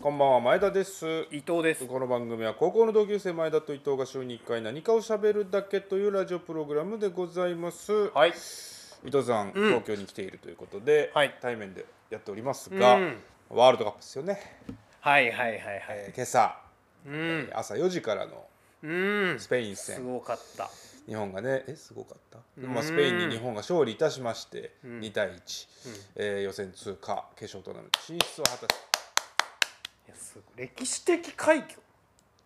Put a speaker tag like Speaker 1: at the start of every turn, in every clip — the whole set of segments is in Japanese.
Speaker 1: こんばんは前田です
Speaker 2: 伊藤です
Speaker 1: この番組は高校の同級生前田と伊藤が週に1回何かを喋るだけというラジオプログラムでございます、
Speaker 2: はい
Speaker 1: 伊藤さん、
Speaker 2: うん
Speaker 1: 東京に来ているということで、
Speaker 2: はい
Speaker 1: 対面でやっておりますが、
Speaker 2: うん
Speaker 1: ワールドカップですよね、
Speaker 2: はいはいはいはい、
Speaker 1: えー今朝
Speaker 2: うん
Speaker 1: 朝4時からの
Speaker 2: うん
Speaker 1: スペイン
Speaker 2: す
Speaker 1: 戦
Speaker 2: ごかった
Speaker 1: 日本がねえすごかった、
Speaker 2: ん
Speaker 1: まあ、スペインに日本が勝利いたしまして、
Speaker 2: うん
Speaker 1: 2対1、えー予選通過決勝トーナメント進出を果たし
Speaker 2: いやすごい歴史的快挙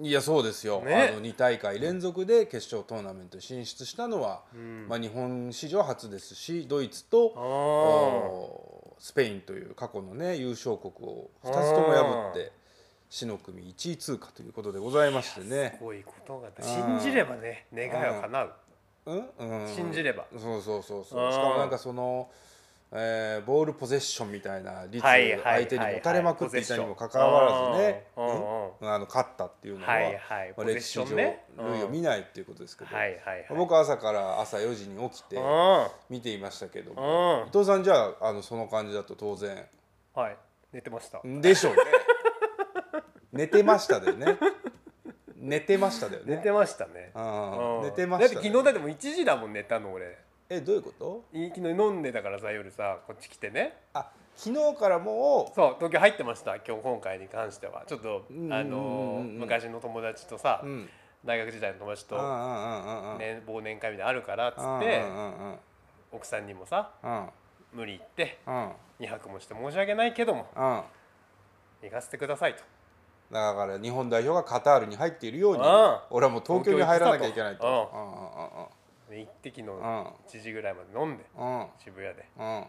Speaker 1: いやそうですよ、
Speaker 2: ね
Speaker 1: あの2大会連続で決勝トーナメントに進出したのは、
Speaker 2: ん
Speaker 1: まあ、日本史上初ですしドイツと
Speaker 2: あー
Speaker 1: おースペインという過去の、ね、優勝国を2つとも破って死の組1位通過ということでございまして
Speaker 2: す
Speaker 1: ね。
Speaker 2: ごいことが信じればね願いは叶う
Speaker 1: うんうん
Speaker 2: 信じれば
Speaker 1: そうそうそう
Speaker 2: う
Speaker 1: そ
Speaker 2: ん
Speaker 1: うしかもなんかその、えーボールポゼッションみたいな率を
Speaker 2: はいはいはいはい
Speaker 1: 相手に持たれまくっていたにもかかわらずね、
Speaker 2: うんうん
Speaker 1: うんあの勝ったっていうのは、
Speaker 2: はいはい
Speaker 1: まあ
Speaker 2: ポゼッ
Speaker 1: 歴
Speaker 2: シ
Speaker 1: 史
Speaker 2: ョ
Speaker 1: 上
Speaker 2: ンね
Speaker 1: 類を見ないっていうことですけど、
Speaker 2: はいはいはい
Speaker 1: 僕は朝から朝4時に起きて
Speaker 2: あ
Speaker 1: 見ていましたけども
Speaker 2: あ
Speaker 1: 伊藤さんじゃああのその感じだと当然
Speaker 2: はい寝てました
Speaker 1: で しょうね寝てましただよね寝てましただよね
Speaker 2: 寝てましたね
Speaker 1: あ
Speaker 2: うん
Speaker 1: あ寝てましたね
Speaker 2: だって昨日だってもう1時だもん寝たの俺
Speaker 1: えどういうこと
Speaker 2: 昨日飲んでたからさ夜さこっち来てね
Speaker 1: あ昨日からもう
Speaker 2: そう東京入ってました今日今回に関してはちょっと
Speaker 1: うんうんうんうん
Speaker 2: あの昔の友達とさ、
Speaker 1: うん
Speaker 2: 大学時代の友達と、
Speaker 1: うんうんうんうん
Speaker 2: ね、忘年会みたいなのあるからっつ
Speaker 1: うんうん
Speaker 2: っ
Speaker 1: う
Speaker 2: て
Speaker 1: んうん
Speaker 2: 奥さんにもさ
Speaker 1: うん
Speaker 2: 無理言って
Speaker 1: うん
Speaker 2: 2泊もして申し訳ないけども
Speaker 1: うん
Speaker 2: 行かせてくださいと
Speaker 1: だから日本代表がカタールに入っているように
Speaker 2: うん
Speaker 1: 俺はもう東京に入らなきゃいけないと
Speaker 2: うん
Speaker 1: う
Speaker 2: で行って昨
Speaker 1: ん
Speaker 2: 日
Speaker 1: うん
Speaker 2: 1時ぐらいまで飲んで
Speaker 1: うんうん
Speaker 2: 渋谷で
Speaker 1: うんうん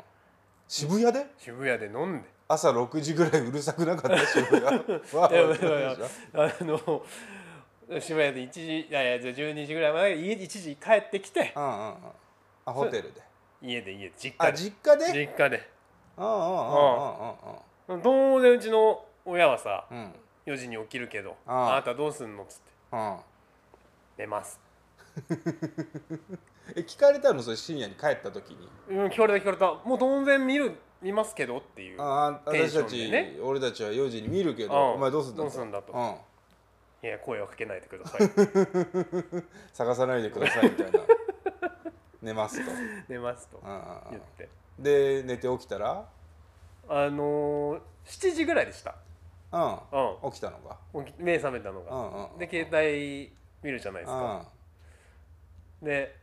Speaker 1: 渋谷で
Speaker 2: 渋谷で飲んで
Speaker 1: 朝6時ぐらいうるさくなか った渋谷わあわあ
Speaker 2: いやい
Speaker 1: わあ
Speaker 2: やいやあの渋谷で1時いやいやじゃあ12時ぐらいまで家1時帰ってきて
Speaker 1: うんうんうんあホテルで
Speaker 2: 家で家で実家
Speaker 1: あ
Speaker 2: で
Speaker 1: 実家で
Speaker 2: 実家で
Speaker 1: うんうんうんうん
Speaker 2: 当然うちの親はさ
Speaker 1: うんうんうん
Speaker 2: 4時に起きるけど
Speaker 1: ああ
Speaker 2: あなたどうすんのっつって
Speaker 1: うん
Speaker 2: 寝ます
Speaker 1: え聞かれたのそれ深夜に帰った時に
Speaker 2: うん聞かれた聞かれたもう当然見る見ますけどっていう
Speaker 1: ああ
Speaker 2: テン
Speaker 1: 私
Speaker 2: ショ
Speaker 1: た
Speaker 2: ン
Speaker 1: ち、
Speaker 2: でね
Speaker 1: 俺たちは4時に見るけど、
Speaker 2: うん
Speaker 1: お前どうすんだ
Speaker 2: どうすんだと
Speaker 1: うん
Speaker 2: いや声をかけないでくだ さい
Speaker 1: 探さないでくださいみ たいな寝ますと、
Speaker 2: 寝ますと
Speaker 1: うんうんう
Speaker 2: 言っ
Speaker 1: ん
Speaker 2: て
Speaker 1: で寝て起きたら、
Speaker 2: あのー、7時ぐらいでした、
Speaker 1: う、
Speaker 2: うん
Speaker 1: 起きたのか
Speaker 2: ん、起き目覚めたの
Speaker 1: うんうんうんう
Speaker 2: が
Speaker 1: ん
Speaker 2: で携帯見るじゃないですかで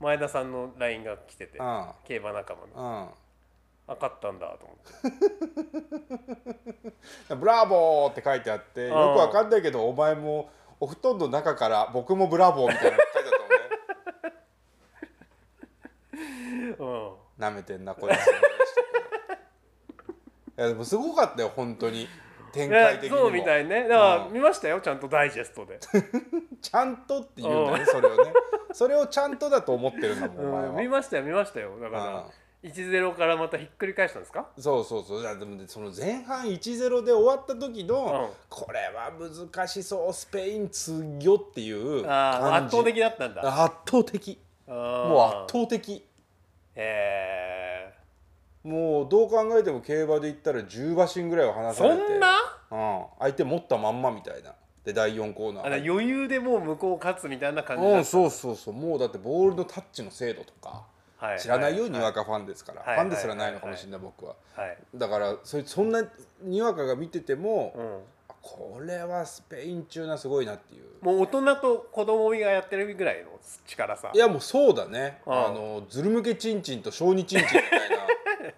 Speaker 2: 前田さんの LINE が来てて
Speaker 1: う
Speaker 2: 競馬仲間の
Speaker 1: んうんうん
Speaker 2: あ勝ったんだと思って
Speaker 1: ブラボーって書いてあってよ
Speaker 2: ん
Speaker 1: くわかんないけどお前もお布団の中から僕もブラボーみたいなの書いてあったもんね
Speaker 2: うん
Speaker 1: なめてんなこれって思いましたけどいやでもすごかったよ本当に展
Speaker 2: い
Speaker 1: 開
Speaker 2: や
Speaker 1: 的にも
Speaker 2: そうみたいねだから
Speaker 1: うん
Speaker 2: 見ましたよちゃんとダイジェストで、
Speaker 1: ちゃんとって言うんだねそれをねそれをちゃんとだと思ってるんだもんお前
Speaker 2: うん、見
Speaker 1: は、
Speaker 2: ましたよ見ましたよだから1-0からまたひっくり返したんですか
Speaker 1: そうそうそういやでもねその前半1-0で終わった時の、
Speaker 2: うん
Speaker 1: これは難しそうスペイン強っていう
Speaker 2: あ
Speaker 1: 感
Speaker 2: あ
Speaker 1: じ
Speaker 2: 圧倒的だったんだ
Speaker 1: 圧倒的もう圧
Speaker 2: 倒
Speaker 1: 倒的
Speaker 2: え
Speaker 1: もうどう考えても競馬で言ったら10馬身ぐらいは離
Speaker 2: ー、
Speaker 1: され
Speaker 2: そ
Speaker 1: て
Speaker 2: んな
Speaker 1: うん、相手持ったまんまみたいなで第4コーナ
Speaker 2: あの
Speaker 1: ー
Speaker 2: 余裕でもう向こう勝つみたいな感じ
Speaker 1: う
Speaker 2: だ
Speaker 1: ん、そうそうそうもうだってボールのタッチの精度とか
Speaker 2: は
Speaker 1: 知らないよ、
Speaker 2: は
Speaker 1: にわかファンですから、
Speaker 2: はい
Speaker 1: ファンですらないのかもしれない、僕は
Speaker 2: はい、
Speaker 1: だからそれそんなにわかが見てても、
Speaker 2: うん、
Speaker 1: これはスペイン中なすごいなっていう
Speaker 2: もう大人と子供がやってるぐらいの力さ
Speaker 1: いやもうそうだね、
Speaker 2: うん
Speaker 1: あのズル向けチンチンと小児チンチンみたい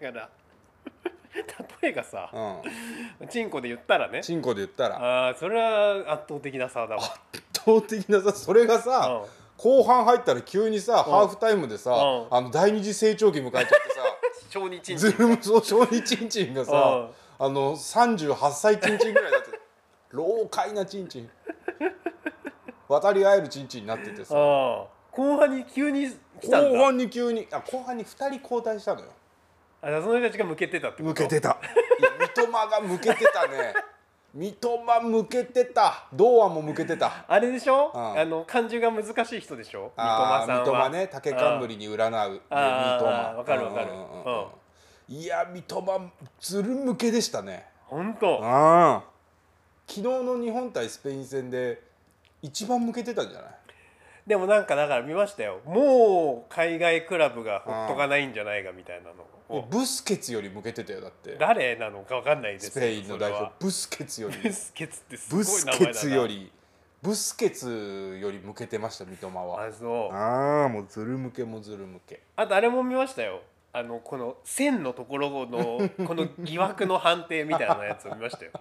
Speaker 2: だから 例えがさ
Speaker 1: な、うん、
Speaker 2: チンコで言ったらね
Speaker 1: チンコで言ったら
Speaker 2: あーそれは圧倒的な差だわ
Speaker 1: 圧倒的なさそれがさ、
Speaker 2: うん
Speaker 1: 後半入ったら急にさ、ハーフタイムでさ、
Speaker 2: うん
Speaker 1: あの第二次成長期迎えちゃってさ、
Speaker 2: 小児チンチ
Speaker 1: ズ
Speaker 2: ン
Speaker 1: ルムの小児チンチンがさ、あの38歳チンチンぐらいだって 老快なチンチン渡り合えるチンチンになってて
Speaker 2: あ
Speaker 1: さ
Speaker 2: ー後半に急に来たん
Speaker 1: 後
Speaker 2: だ
Speaker 1: 半に急にあ後半に2人交代したのよ
Speaker 2: あじゃあその人たちが向けてたってこ
Speaker 1: 向
Speaker 2: と
Speaker 1: けてたいや三笘が向けてたね三笘向けてた堂安も向けてた
Speaker 2: あれでしょ、
Speaker 1: うん
Speaker 2: あの漢字が難しい人でしょ三
Speaker 1: あ
Speaker 2: 笘
Speaker 1: ー
Speaker 2: さんは
Speaker 1: 三笘ね竹冠に占うね
Speaker 2: あー
Speaker 1: 三笘
Speaker 2: わかるわかる
Speaker 1: うんうんうんうんいや三笘ずる向けでしたね
Speaker 2: 本当
Speaker 1: あ昨日の日本対スペイン戦で一番向けてたんじゃない
Speaker 2: でもなんかだから見ましたよもう海外クラブがほっとかないんじゃないかみたいなのを
Speaker 1: ブスケツより向けてたよだって
Speaker 2: 誰なのかわかんないです
Speaker 1: ス
Speaker 2: よ
Speaker 1: ペインの代表
Speaker 2: それは
Speaker 1: ブスケツより
Speaker 2: ブスケツってすご
Speaker 1: ブ
Speaker 2: い
Speaker 1: ス
Speaker 2: 名前だ
Speaker 1: ケ
Speaker 2: な
Speaker 1: ツよりブスケツより向けてました三笘は
Speaker 2: あそう
Speaker 1: ああもうずる向けもずる向け
Speaker 2: あとあれも見ましたよあのこの線のところのこの疑惑の判定みたいなやつを見ましたよ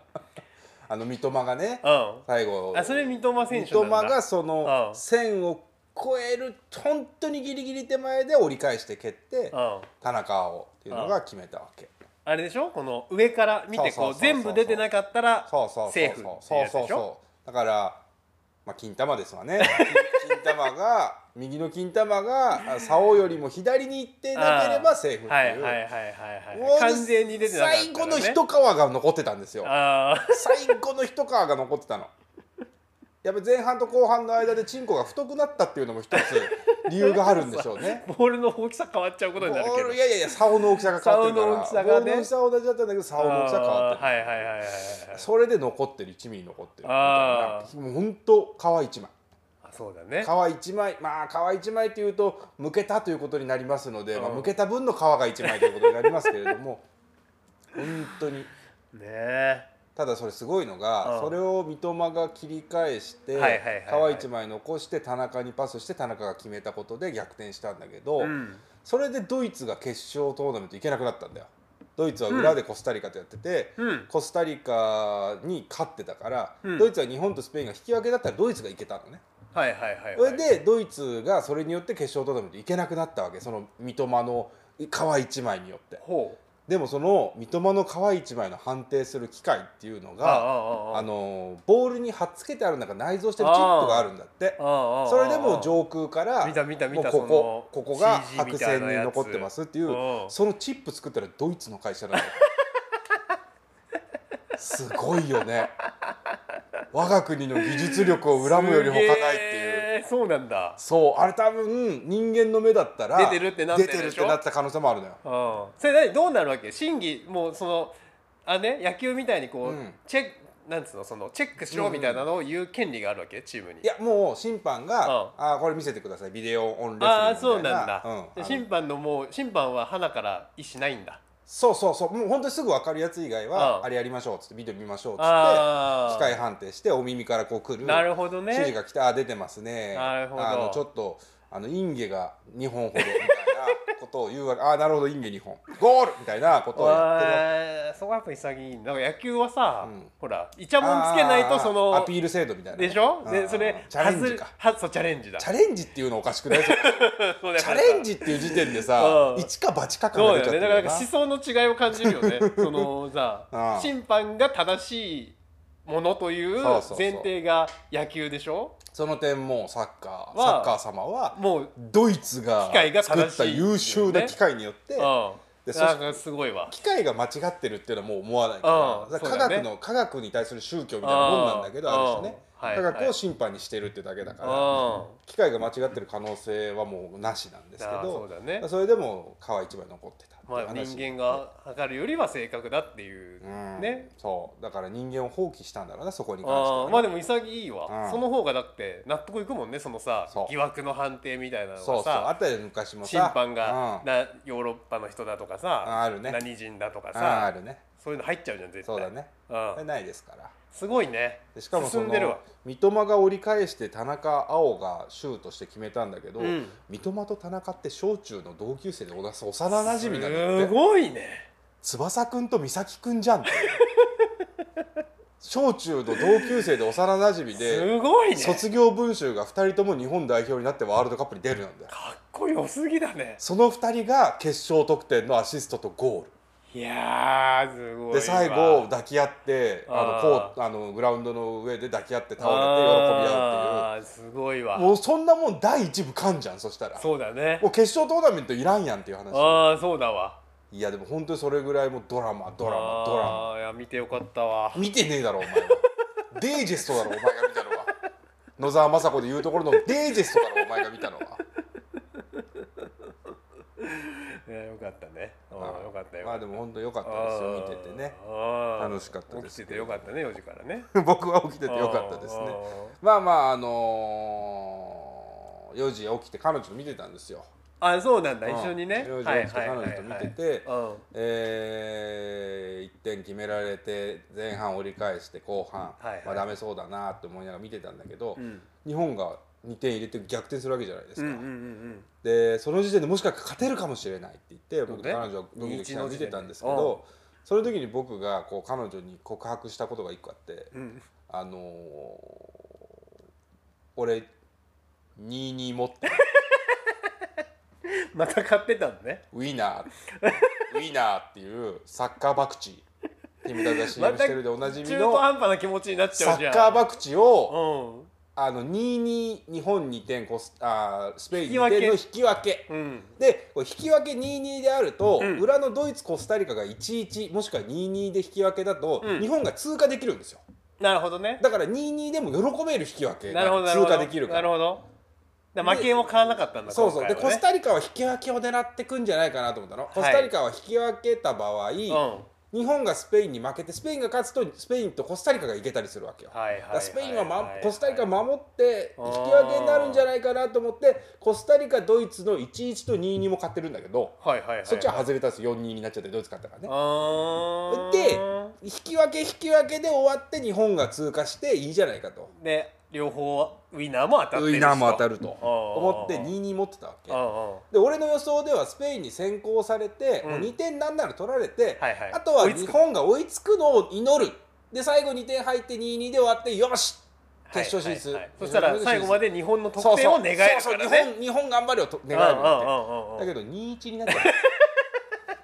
Speaker 1: あの三笘がね
Speaker 2: う
Speaker 1: 最後
Speaker 2: んあそれ三笘選手
Speaker 1: 三
Speaker 2: なんだ
Speaker 1: 笘がその
Speaker 2: うん
Speaker 1: 線を越える本当にギリギリ手前で折り返して蹴って
Speaker 2: うん
Speaker 1: 田中碧っていうのが決めたわけ
Speaker 2: あれでしょこの上から見て
Speaker 1: そうそうそう
Speaker 2: こ
Speaker 1: そうう
Speaker 2: 全部出てなかったら
Speaker 1: そうそうそ
Speaker 2: セー
Speaker 1: う
Speaker 2: フって
Speaker 1: そう
Speaker 2: やつ
Speaker 1: そう
Speaker 2: でしょ
Speaker 1: そうだからまあ金玉ですわね 金金玉が右の金玉があ竿よりも左に行ってなければセーフっていう、
Speaker 2: はいはいはいはい
Speaker 1: も
Speaker 2: は
Speaker 1: う
Speaker 2: い完全に出てなかったら、ね、
Speaker 1: 最後の一皮が残ってたんですよ
Speaker 2: ああ
Speaker 1: 最後の一皮が残ってたのやっぱ前半と後半の間でチンコが太くなったっていうのも一 つ理由があるんでしょうね
Speaker 2: ボール の大きさ変わっちゃうこと
Speaker 1: ボ
Speaker 2: になる
Speaker 1: ールい
Speaker 2: けど
Speaker 1: やいやいや竿の大きさが変わってるから
Speaker 2: 竿の大きさがね
Speaker 1: ボールの大きさは同じだったんだけど竿の大きさが変わってる
Speaker 2: あーはいはいはいはいはい
Speaker 1: それで残ってる1ミリ残ってるみ
Speaker 2: あ
Speaker 1: たいなもうほんと皮一枚
Speaker 2: あそうだね
Speaker 1: 皮一枚まあ皮一枚っていうと剥けたということになりますので、まあ、
Speaker 2: うん
Speaker 1: 剥けた分の皮が一枚ということになりますけれども 本当に
Speaker 2: ねえ
Speaker 1: ただそれすごいのが、
Speaker 2: うん
Speaker 1: それを三笘が切り返して、
Speaker 2: はいはいはいはい
Speaker 1: 皮一枚残して田中にパスして田中が決めたことで逆転したんだけど、
Speaker 2: うん
Speaker 1: それでドイツが決勝トーナメント行けなくなったんだよ。ドイツは裏でコスタリカとやってて、
Speaker 2: うん
Speaker 1: コスタリカに勝ってたから、
Speaker 2: うん
Speaker 1: ドイツは日本とスペインが引き分けだったらドイツが行けたのね。
Speaker 2: はいはいはいはい
Speaker 1: それでドイツがそれによって決勝トーナメント行けなくなったわけその三笘の皮一枚によって。
Speaker 2: ほう
Speaker 1: でもその三笘の皮一枚の判定する機械っていうの
Speaker 2: あああ
Speaker 1: が。
Speaker 2: ああ
Speaker 1: あのボールに貼っつけてある中内蔵してるチップがあるんだって
Speaker 2: ああ
Speaker 1: それでもう上空から
Speaker 2: 見た見た見た
Speaker 1: もうここ
Speaker 2: その
Speaker 1: ここが
Speaker 2: CG
Speaker 1: 白線に残ってますっていう
Speaker 2: みたいなやつ
Speaker 1: そのチップ作ったらドイツの会社なのすごいよね 我が国の技術力を恨むより他ないっていう
Speaker 2: うそうなんだ
Speaker 1: そうあれ多分人間の目だったら
Speaker 2: 出てるってなってる
Speaker 1: 出
Speaker 2: でし
Speaker 1: てる
Speaker 2: ょ
Speaker 1: ってなってた可能性もあるのよ
Speaker 2: うんそれ何どうなるわけ審議もうそのあね野球みたいにこう、
Speaker 1: うん
Speaker 2: チェックなんつうのそのチェックしろみたいなのを言う権利があるわけチームに
Speaker 1: いやもう審判が
Speaker 2: うん
Speaker 1: 「あーこれ見せてくださいビデオオンレスリングみたいな」
Speaker 2: ああそうなんだ、
Speaker 1: う
Speaker 2: で
Speaker 1: あの
Speaker 2: 審判のもう審判は花から意思ないんだ
Speaker 1: そうそうそうもう本当にすぐ分かるやつ以外は
Speaker 2: う
Speaker 1: あ
Speaker 2: ん
Speaker 1: れやりましょうっつってビデオ見ましょうっつって
Speaker 2: あ
Speaker 1: 機械判定してお耳からこう来る
Speaker 2: なるほどね
Speaker 1: 指示が来てあ出てますね
Speaker 2: なるほど
Speaker 1: あのちょっとあのインゲが2本ほどみたいなことを言うわけああなるほどインゲ2本ゴールみたいなことをやってるわけ
Speaker 2: あーそこはやっぱ潔いなんか野球はさ、
Speaker 1: うん
Speaker 2: ほらイチャモンつけないとその
Speaker 1: あーアピール制度みたいな
Speaker 2: でしょ
Speaker 1: う
Speaker 2: で
Speaker 1: ん
Speaker 2: それ
Speaker 1: チャレンジか
Speaker 2: はずはそうチャレンジだ
Speaker 1: チャレンジっていうのおかしくないチャレンジっていう時点でさ
Speaker 2: うん
Speaker 1: 一か八か考
Speaker 2: そう
Speaker 1: えちゃっ
Speaker 2: だ
Speaker 1: て
Speaker 2: よ
Speaker 1: る
Speaker 2: ねだから
Speaker 1: よ
Speaker 2: なんか
Speaker 1: な
Speaker 2: 思想の違いを感じる よねその
Speaker 1: あ
Speaker 2: さ
Speaker 1: あ
Speaker 2: 審判が正しいものとい
Speaker 1: そ
Speaker 2: う
Speaker 1: うそうそう
Speaker 2: 前提が野球でしょ
Speaker 1: その点もうサッカーサッ
Speaker 2: は
Speaker 1: カー様は
Speaker 2: もう
Speaker 1: ドイツが
Speaker 2: 機械が
Speaker 1: 作
Speaker 2: 正しい
Speaker 1: った優秀な機械によって
Speaker 2: う
Speaker 1: でそ
Speaker 2: ん
Speaker 1: し
Speaker 2: なんかすごいわ
Speaker 1: 機械が間違ってるっていうのはもう思わないからだから
Speaker 2: うん
Speaker 1: 科
Speaker 2: そうだ
Speaker 1: 学
Speaker 2: ね
Speaker 1: の科学に対する宗教みたいなもんなんだけど
Speaker 2: う
Speaker 1: あ
Speaker 2: ん
Speaker 1: る種ね
Speaker 2: うんはい
Speaker 1: 科学を審判にしてるってだけだから
Speaker 2: う
Speaker 1: 機械が間違ってる可能性はもうなしなんですけ
Speaker 2: ああそ
Speaker 1: ど
Speaker 2: うだね
Speaker 1: それでも皮一枚残ってたってい
Speaker 2: んま
Speaker 1: う
Speaker 2: あ
Speaker 1: 話
Speaker 2: 人間が測るよりは正確だっていう
Speaker 1: うん
Speaker 2: ね
Speaker 1: そうだから人間を放棄したんだろうなそこに関しては
Speaker 2: あ
Speaker 1: ね
Speaker 2: あまあでも潔いわ
Speaker 1: うん
Speaker 2: その方がだって納得いくもんねそのさ
Speaker 1: そう
Speaker 2: 疑惑の判定みたいなの
Speaker 1: そう
Speaker 2: が
Speaker 1: そうあ
Speaker 2: さ
Speaker 1: ったよね昔もさ
Speaker 2: 審判が
Speaker 1: うん
Speaker 2: なヨーロッパの人だとか
Speaker 1: あ
Speaker 2: さ
Speaker 1: あるね
Speaker 2: 何人だとか
Speaker 1: ああ
Speaker 2: さ
Speaker 1: るね
Speaker 2: そういうの入っちゃうじゃん絶対
Speaker 1: そうだね
Speaker 2: うん
Speaker 1: それないですから
Speaker 2: すごいね
Speaker 1: でしかもそ
Speaker 2: 進ん
Speaker 1: の
Speaker 2: でるわ
Speaker 1: 三笘が折り返して田中碧がシュートして決めたんだけど、
Speaker 2: うん
Speaker 1: 三笘と田中って小中の同級生で同じ幼なじみなんだ
Speaker 2: す
Speaker 1: って
Speaker 2: ごいね
Speaker 1: 翼くんと美咲くんじゃんって小中の同級生で幼なじみです
Speaker 2: ごいねか
Speaker 1: 卒業文集が2人とも日本代表になってワールドカップに出るなんだよ
Speaker 2: っこよすぎだね
Speaker 1: その2人が決勝得点のアシストとゴール
Speaker 2: いやーすごいわ
Speaker 1: で最後抱き合ってあ
Speaker 2: あ
Speaker 1: の
Speaker 2: ー
Speaker 1: コートあのグラウンドの上で抱き合って倒れて喜び合うっていう。
Speaker 2: あーすごいわ
Speaker 1: もうそんなもん第一部かんじゃんそしたらも
Speaker 2: そうだね
Speaker 1: う決勝トーナメントいらんやんっていう話
Speaker 2: ああそうだわ
Speaker 1: いやでも本当にそれぐらいもうドラマドラマドラマ
Speaker 2: あーいや見てよかったわ
Speaker 1: 見てねえだろお前はデイジェストだろお前が見た のは野沢雅子で言うところのデイジェストだろお前が 見たのはい
Speaker 2: やよかったねうん
Speaker 1: あー
Speaker 2: よかったよよ
Speaker 1: ま
Speaker 2: か
Speaker 1: あ
Speaker 2: った
Speaker 1: でも本当良かったですよ見ててね
Speaker 2: あー
Speaker 1: 楽しかったです
Speaker 2: 起きててよかったね4時からね
Speaker 1: 僕は起きてて良かったです
Speaker 2: あ
Speaker 1: ね
Speaker 2: ー
Speaker 1: まあまああのー、4時起きて彼女と見てたんですよ
Speaker 2: あーそうなんだ
Speaker 1: うん
Speaker 2: 一緒にね
Speaker 1: 4時
Speaker 2: はい
Speaker 1: 起きて
Speaker 2: はい
Speaker 1: 彼
Speaker 2: はい
Speaker 1: 女と見てて
Speaker 2: うん
Speaker 1: え1点決められて前半折り返して後半、
Speaker 2: はいはい
Speaker 1: まあ、ダメそうだなって思いながら見てたんだけど、
Speaker 2: うん
Speaker 1: 日本が2点入れて逆転するわけじゃないです
Speaker 2: う
Speaker 1: か、
Speaker 2: んうんうん
Speaker 1: でその時点でもしかしたら勝てるかもしれないって言って僕
Speaker 2: そうね
Speaker 1: 彼女はドキドキしながら見てたんですけ
Speaker 2: 日の時
Speaker 1: どその時に僕がこう彼女に告白したことが1個あって
Speaker 2: うんうん
Speaker 1: 「あのー俺22持ってる
Speaker 2: また買ってたのね
Speaker 1: ウィナーウィナー」っていうサッカーバクチキムタクが CM してるでおなじみ
Speaker 2: 中途
Speaker 1: の
Speaker 2: 半端な気持ちになっち
Speaker 1: サ
Speaker 2: ゃうじゃ
Speaker 1: ッ
Speaker 2: ん
Speaker 1: カーバクチを
Speaker 2: うん
Speaker 1: あの22日本2点コスあースペイン
Speaker 2: 引き
Speaker 1: 2
Speaker 2: 分け
Speaker 1: 点の引き分け。
Speaker 2: うん
Speaker 1: でこれ引き分け2-2であると、
Speaker 2: うん
Speaker 1: 裏のドイツコスタリカが1-1もしくは2-2で引き分けだと、
Speaker 2: うん
Speaker 1: 日本が通過できるんですよ
Speaker 2: なるほどね
Speaker 1: だから2-2でも喜べる引き分け
Speaker 2: なるほど
Speaker 1: が
Speaker 2: なるほ
Speaker 1: 通
Speaker 2: ど
Speaker 1: 過できるか
Speaker 2: なる
Speaker 1: ら。
Speaker 2: ほどだから負けを買わなかったんだ
Speaker 1: そうそうで
Speaker 2: 今回は
Speaker 1: コ
Speaker 2: ね
Speaker 1: スタリカは引き分けを狙ってくんじゃないかなと思ったの、コスタリカは引き分けた場合、
Speaker 2: うん
Speaker 1: 日本がスペインに負けてスペインが勝つとスペインとコスタリカがいけたりするわけよ、
Speaker 2: はいはいはい
Speaker 1: だからスペインは、ま
Speaker 2: はい
Speaker 1: コスタリカ守って
Speaker 2: あ
Speaker 1: 引
Speaker 2: ー
Speaker 1: き分けになるんじゃないかなと思ってコスタリカドイツの1-1と2-2も勝ってるんだけど、
Speaker 2: はいはいはい
Speaker 1: そっちは外れたんですよ4-2になっちゃってドイツ勝ったからね
Speaker 2: あー
Speaker 1: 引き分け引き分けで終わって日本が通過していいじゃないかと
Speaker 2: で両方ウィナーも当たって
Speaker 1: ウ
Speaker 2: る
Speaker 1: イ
Speaker 2: し
Speaker 1: ナーも当たると
Speaker 2: あー
Speaker 1: 思って2-2持ってたわけ
Speaker 2: うんうん
Speaker 1: で俺の予想ではスペインに先行されて、
Speaker 2: うん
Speaker 1: もう2点なんなら取られて、
Speaker 2: はいはい
Speaker 1: あとは
Speaker 2: 追いつ
Speaker 1: 日
Speaker 2: く
Speaker 1: 本が追いつくのを祈るで最後2点入って2-2で終わってよし決勝進出、
Speaker 2: はいはいはいそしたら最後ま
Speaker 1: で
Speaker 2: で日本の得点を願えるからね
Speaker 1: そうそうそうそう日本日本頑張れをと願えるわけだ
Speaker 2: け
Speaker 1: けど2-1になっちゃ った。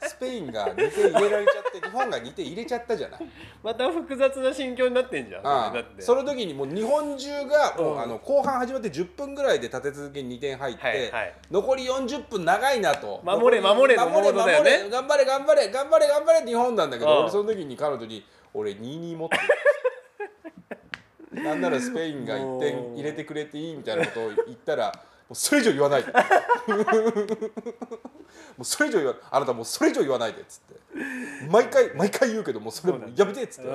Speaker 1: スペインが2点入れられちゃって日本が2点入れちゃったじゃない。
Speaker 2: また複雑な心境になってんじゃん
Speaker 1: あ
Speaker 2: れだって
Speaker 1: その時にもう日本中がも
Speaker 2: う
Speaker 1: うんあの後半始まって10分ぐらいで立て続けに2点入って、
Speaker 2: はいはい
Speaker 1: 残り40分長いなと
Speaker 2: 守れ
Speaker 1: 残り
Speaker 2: 守れの
Speaker 1: 守れ
Speaker 2: モードだよね
Speaker 1: 守れ頑張れ頑張れ頑張れ頑張れって日本なんだけど、
Speaker 2: うん
Speaker 1: 俺その時に彼女に「俺2-2持って る」なんならスペインが1点入れてくれていいみたいなことを言ったらもうそれ以上言 わないもうそれ以上言わあなたもうそれ以上言わないでっつって毎回毎回言うけどもうそれもうやめてっつって。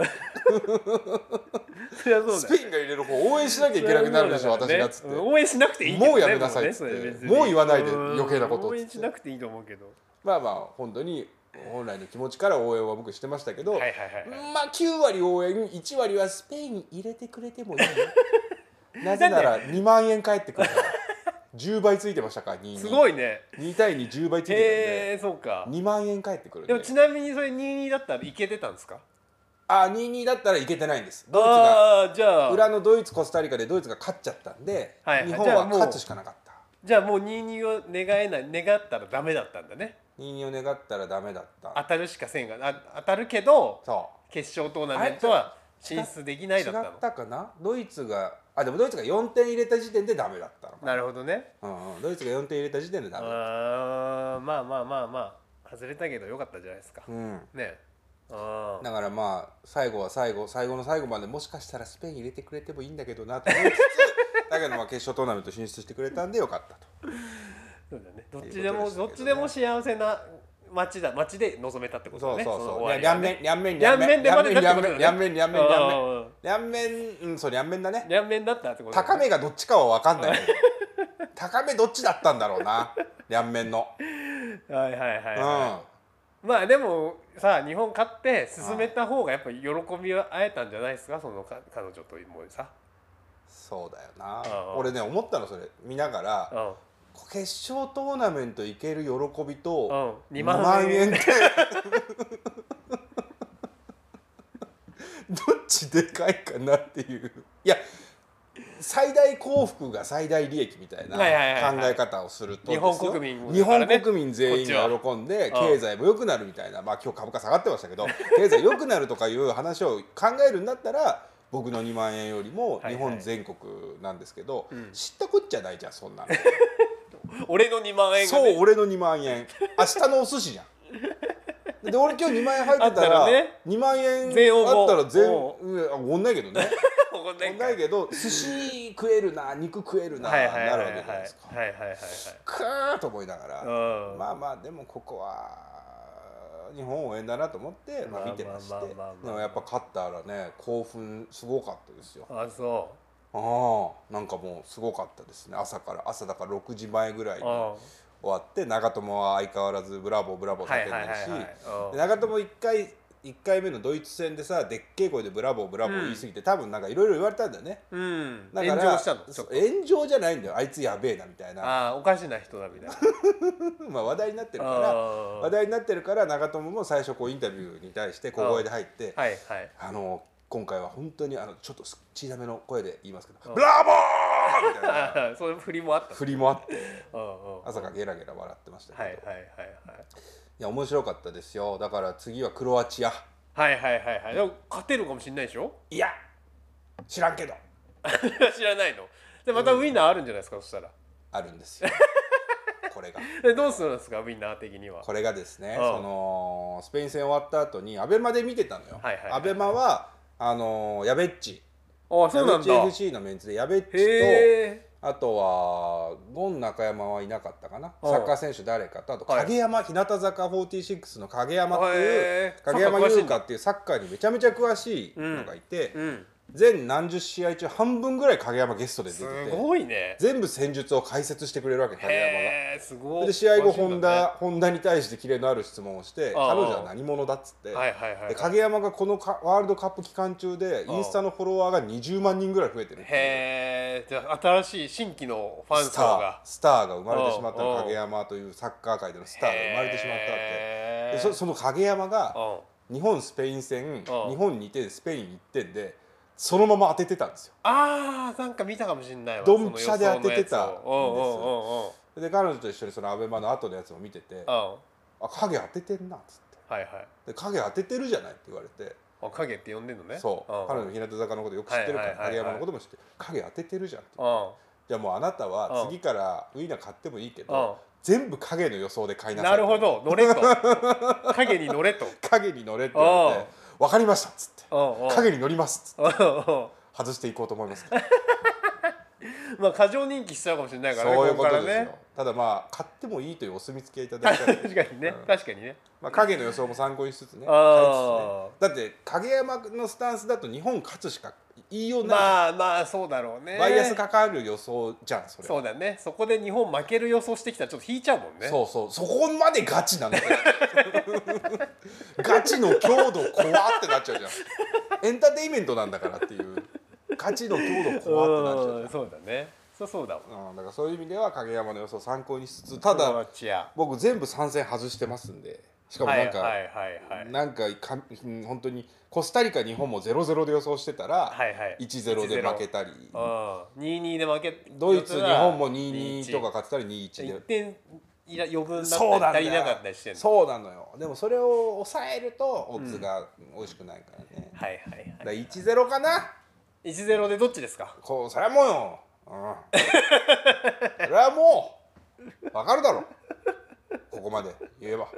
Speaker 2: そりゃそう
Speaker 1: ス
Speaker 2: だよ
Speaker 1: ペインが入れる方応援しなきゃいけなくなるでしょ、
Speaker 2: そ
Speaker 1: 私
Speaker 2: りゃ
Speaker 1: が
Speaker 2: そうだ
Speaker 1: っつっ
Speaker 2: よね
Speaker 1: て、
Speaker 2: うん応援しなくていいけどね
Speaker 1: もうやめなさいっつって
Speaker 2: もうねそれ別に
Speaker 1: もう言わないで余計なこと
Speaker 2: うん
Speaker 1: っつって
Speaker 2: 応援しなくていいと思うけど
Speaker 1: まあまあ本当に本来の気持ちから応援は僕してましたけど、
Speaker 2: はいはいはいはい
Speaker 1: まあ9割応援1割はスペイン入れてくれてもいい よなぜなら2万円返ってくるから10倍ついてましたから2
Speaker 2: すご
Speaker 1: い
Speaker 2: いね
Speaker 1: 2対20倍ついてたん
Speaker 2: へ
Speaker 1: で
Speaker 2: えそうか
Speaker 1: 2万円返ってくるん
Speaker 2: で
Speaker 1: で
Speaker 2: もちなみにそれ22だったらいけてたんですか
Speaker 1: あ22だったらいけてないんですドイツが
Speaker 2: ああーじゃあ
Speaker 1: 裏のドイツコスタリカでドイツが勝っちゃったんで、
Speaker 2: はいはい
Speaker 1: 日本
Speaker 2: じゃ
Speaker 1: は
Speaker 2: あもう
Speaker 1: 勝つしかなかった
Speaker 2: じゃあもう22を願えない願ったらダメだったんだね
Speaker 1: 22を願ったらダメだった
Speaker 2: 当たるしかせんがあ当たるけど
Speaker 1: そう
Speaker 2: 決勝トーナメントは進出できないだった
Speaker 1: 違
Speaker 2: の
Speaker 1: ったかなドイツがあでもドイツが4点入れた時点でダメだったのか
Speaker 2: なるほどね
Speaker 1: うんうん、ドイツが4点入れた時点でダメだっ
Speaker 2: あーまあまあまあまあ外れたけどよかったじゃないですか
Speaker 1: た、うん、
Speaker 2: ねあー
Speaker 1: だからまあ最後は最後最後の最後までもしかしたらスペイン入れてくれてもいいんだけどなと思いつつだけどまあ決勝トーナメント進出してくれたんでよかったと
Speaker 2: そうだねどっ
Speaker 1: と
Speaker 2: ち
Speaker 1: いう
Speaker 2: で
Speaker 1: こと
Speaker 2: も
Speaker 1: ですけど
Speaker 2: ど
Speaker 1: ね
Speaker 2: っちでも幸せな街だ街で臨めたってこと
Speaker 1: そ
Speaker 2: だ
Speaker 1: う
Speaker 2: ね
Speaker 1: そう
Speaker 2: の
Speaker 1: そう、
Speaker 2: 終わり
Speaker 1: 両
Speaker 2: が
Speaker 1: 面
Speaker 2: ね
Speaker 1: 両面
Speaker 2: 両面でまでだ
Speaker 1: 両
Speaker 2: ってこと
Speaker 1: 面
Speaker 2: だ
Speaker 1: 両面
Speaker 2: ね
Speaker 1: 両面両面
Speaker 2: うんうんうん
Speaker 1: 両面うんそう両面だね
Speaker 2: 両面だったってことだね
Speaker 1: 高めがどっちかは分かんないけど高めどっちだったんだろう な両面の、
Speaker 2: はいはいはいはい
Speaker 1: うん
Speaker 2: まあでもさ日本勝って進めた方がやっぱ喜びは会えたんじゃないですかそのか彼女ともさ、
Speaker 1: そうだよな
Speaker 2: うんうん
Speaker 1: 俺ね思ったのそれ見なが
Speaker 2: う
Speaker 1: ら
Speaker 2: ん
Speaker 1: 決勝トーナメント行ける喜びと
Speaker 2: うん、2
Speaker 1: 2
Speaker 2: 万
Speaker 1: 万
Speaker 2: 円
Speaker 1: 円ってどっちでかいかなっていういや最大幸福が最大利益みたいな考
Speaker 2: はいはいはいはい
Speaker 1: え方をすると
Speaker 2: 日本
Speaker 1: ですよ
Speaker 2: 国民も
Speaker 1: 日
Speaker 2: だから
Speaker 1: 本
Speaker 2: ね
Speaker 1: 国民全員
Speaker 2: こ
Speaker 1: が
Speaker 2: っ
Speaker 1: 喜んで
Speaker 2: うん
Speaker 1: 経済も良くなるみたいなまあ今日株価下がってましたけど 経済良くなるとかいう話を考えるんだったら僕の2万円よりも
Speaker 2: はい
Speaker 1: 日
Speaker 2: はい
Speaker 1: 本全国なんですけど
Speaker 2: うん
Speaker 1: 知ったこっちゃないじゃんそんなの
Speaker 2: 俺の2万円が、
Speaker 1: そう
Speaker 2: ね、
Speaker 1: 俺の2万円明日のお寿司じゃんで俺今日2万円入ってた
Speaker 2: あ
Speaker 1: ら
Speaker 2: ったらね
Speaker 1: 2万円あ
Speaker 2: 全おご
Speaker 1: ったら全
Speaker 2: お
Speaker 1: うんあおごんないけどね
Speaker 2: そうこんな
Speaker 1: お
Speaker 2: ん
Speaker 1: ん
Speaker 2: か
Speaker 1: ないけど寿司食えるな肉食えるな
Speaker 2: はいはい
Speaker 1: ないる
Speaker 2: はは
Speaker 1: わ
Speaker 2: い
Speaker 1: けじゃないですか
Speaker 2: はいはいはいはい
Speaker 1: くーっと思いながら
Speaker 2: うん
Speaker 1: まあまあでもここは日本応援だなと思って、まあ、
Speaker 2: まあ
Speaker 1: 見てまして
Speaker 2: まあまあまあまあ
Speaker 1: でもやっぱ勝ったらね興奮すごかったですよ
Speaker 2: あそ
Speaker 1: ああなんかもうすごかったですね朝から朝だから6時前ぐらいうに終
Speaker 2: あ
Speaker 1: わって長友は相変わらずブラボーブラボー
Speaker 2: は
Speaker 1: 叫
Speaker 2: い
Speaker 1: ん
Speaker 2: はいは
Speaker 1: で
Speaker 2: い
Speaker 1: るし、
Speaker 2: はい
Speaker 1: で長友1回一回目のドイツ戦でさでっけえ声でブラボーブラボー言い過ぎて、多分なんかいろいろ言われたんだよね
Speaker 2: うん
Speaker 1: だ
Speaker 2: 炎
Speaker 1: から
Speaker 2: 上したのちょ
Speaker 1: そ
Speaker 2: っ
Speaker 1: う
Speaker 2: と
Speaker 1: 炎上じゃないんだよあいつやべえなみたいな
Speaker 2: ああおかしな人だみたいな
Speaker 1: まあ話題になってるから
Speaker 2: あ
Speaker 1: 話題になってるから長友も最初こうインタビューに対して小声で入って
Speaker 2: ーはいはい
Speaker 1: あの今回は本当にあのちょっと小さめの声で言いますけ
Speaker 2: う
Speaker 1: ど「
Speaker 2: ん
Speaker 1: ブラボー!」みたい な
Speaker 2: ああそういう振り もあった
Speaker 1: 振りもあって
Speaker 2: うんうん
Speaker 1: 朝からゲラゲラ笑ってましたけ
Speaker 2: は
Speaker 1: ど、
Speaker 2: いはい
Speaker 1: い、
Speaker 2: はいはい
Speaker 1: や面白かったですよだから次はクロアチア
Speaker 2: はいはいはいはいでも勝てるかもしれないでしょ
Speaker 1: いや知らんけど
Speaker 2: 知らないのでまたウィンナーあるんじゃないですか、そしたら
Speaker 1: あるんです よこれが
Speaker 2: でどうするんですかウィンナー的には
Speaker 1: これがですね、
Speaker 2: うん
Speaker 1: そのスペイン戦終わった後にアベマで見てたのよ、
Speaker 2: はいはいはい
Speaker 1: アベマはあのーやべっち
Speaker 2: ああそ
Speaker 1: や
Speaker 2: う
Speaker 1: べ
Speaker 2: な
Speaker 1: っ
Speaker 2: ん
Speaker 1: ち
Speaker 2: だ
Speaker 1: FC のメンツでやべっちと
Speaker 2: へえ
Speaker 1: あとはゴン中山はいなかったかな
Speaker 2: うん
Speaker 1: サッカー選手誰かとあと
Speaker 2: はい
Speaker 1: 影山、日向坂46の影山ってい
Speaker 2: へ
Speaker 1: う
Speaker 2: ー
Speaker 1: 影山
Speaker 2: サッカー詳し
Speaker 1: 優
Speaker 2: いんだ
Speaker 1: 香っていうサッカーにめちゃめちゃ詳しいのがいて、
Speaker 2: うん
Speaker 1: 全何十試合中半分ぐらい影山ゲストで出て
Speaker 2: す
Speaker 1: て
Speaker 2: ごいね
Speaker 1: 全部戦術を解説してくれるわけ影山が。
Speaker 2: へえすごい
Speaker 1: で試合後
Speaker 2: 詳しいん
Speaker 1: 本田,、
Speaker 2: だ
Speaker 1: 本田に対してキレのある質問をして
Speaker 2: ああ
Speaker 1: 彼女は何者だっつって、
Speaker 2: ねはいはいはい
Speaker 1: で影山がこのかワールドカップ期間中で
Speaker 2: あ
Speaker 1: インスタのフォロワーが20万人ぐらい増えてるっていう
Speaker 2: へえじゃあ新しい新規のファン
Speaker 1: ス
Speaker 2: 層
Speaker 1: ター
Speaker 2: が
Speaker 1: スターが生まれてしまった
Speaker 2: あ
Speaker 1: の
Speaker 2: あ
Speaker 1: 影山というサッカー界でのスターが生まれてしまったわけ
Speaker 2: へ
Speaker 1: で
Speaker 2: え
Speaker 1: そその影山が
Speaker 2: うん
Speaker 1: 日本スペイン戦
Speaker 2: ああ
Speaker 1: 日本2点スペイン1点でそのまま当ててたんですよ
Speaker 2: あーなんか見たかもしれないわ
Speaker 1: ドンピシャで当ててたんですよ
Speaker 2: その
Speaker 1: で彼女と一緒にそのアベマの後のやつも見てて
Speaker 2: 予想の
Speaker 1: 「あ
Speaker 2: やつをうんうんうんうんうん
Speaker 1: 影当ててんな」っつって
Speaker 2: はいはい
Speaker 1: 「で影当ててるじゃない」って言われて。
Speaker 2: あ影って呼んでんのね
Speaker 1: そう、
Speaker 2: ん
Speaker 1: 彼女日向坂のことよく知ってるから、
Speaker 2: はいはいはいは
Speaker 1: 影
Speaker 2: い
Speaker 1: 山のことも知ってる影当ててるじゃんって
Speaker 2: う
Speaker 1: じゃあもうあなたは
Speaker 2: うん
Speaker 1: 次からウインナー買ってもいいけ
Speaker 2: ん
Speaker 1: ど、全部影の予想で買い
Speaker 2: うん
Speaker 1: なさい
Speaker 2: なるほど乗れ と影に乗れと
Speaker 1: 影に乗れって言われて「分かりました」っつって
Speaker 2: うんう
Speaker 1: 「
Speaker 2: ん
Speaker 1: 影に乗ります」っつって
Speaker 2: うんうん
Speaker 1: 外していこうと思いますけど
Speaker 2: まあ過剰人気しちゃうかもしれないからね
Speaker 1: そういうこ
Speaker 2: から
Speaker 1: とですよ、
Speaker 2: ね
Speaker 1: ただまあ買ってもいいというお墨付きをいただいたので
Speaker 2: 確かにね
Speaker 1: うん
Speaker 2: 確かにね
Speaker 1: まあ影の予想も参考にしつつね
Speaker 2: あ
Speaker 1: 買いつつねだって影山のスタンスだと日本勝つしか言いようない、
Speaker 2: まあまあそうだろうね
Speaker 1: バイアスかかる予想じゃんそれは
Speaker 2: そうだねそこで日本負ける予想してきたらちょっと引いちゃうもんね
Speaker 1: そうそうそこまでガチ なんだよガチの強度怖ってなっちゃうじゃんエンターテインメントなんだからっていうガチの強度怖ってなっちゃう
Speaker 2: うん
Speaker 1: じ
Speaker 2: そうだねそうそうだもん
Speaker 1: ゃん、うん、だからそういう意味では影山の予想を参考にしつつただ
Speaker 2: チア
Speaker 1: 僕全部3戦外してますんでしかも
Speaker 2: はい
Speaker 1: なん
Speaker 2: はい
Speaker 1: か、
Speaker 2: はいはい
Speaker 1: なんかかうん本当にコスタリカ日本も0-0で予想してたら、
Speaker 2: はいはい
Speaker 1: 1-0で負けたり
Speaker 2: うん2-2で負け
Speaker 1: ドイツ日本も2-2
Speaker 2: 2-1
Speaker 1: とか勝ってたり2-1で
Speaker 2: 1点いら余分だ
Speaker 1: そうな
Speaker 2: っ
Speaker 1: ん
Speaker 2: た
Speaker 1: だ
Speaker 2: り足りなかったりしてる
Speaker 1: そうなのよでもそれを抑えるとオッズが美味しくないからね、
Speaker 2: はいはい
Speaker 1: だか
Speaker 2: は
Speaker 1: ら
Speaker 2: い
Speaker 1: 1-0かな
Speaker 2: 1-0でどっちですか
Speaker 1: こうそれはもうよ、うん、それはもうわかるだろここまで言えば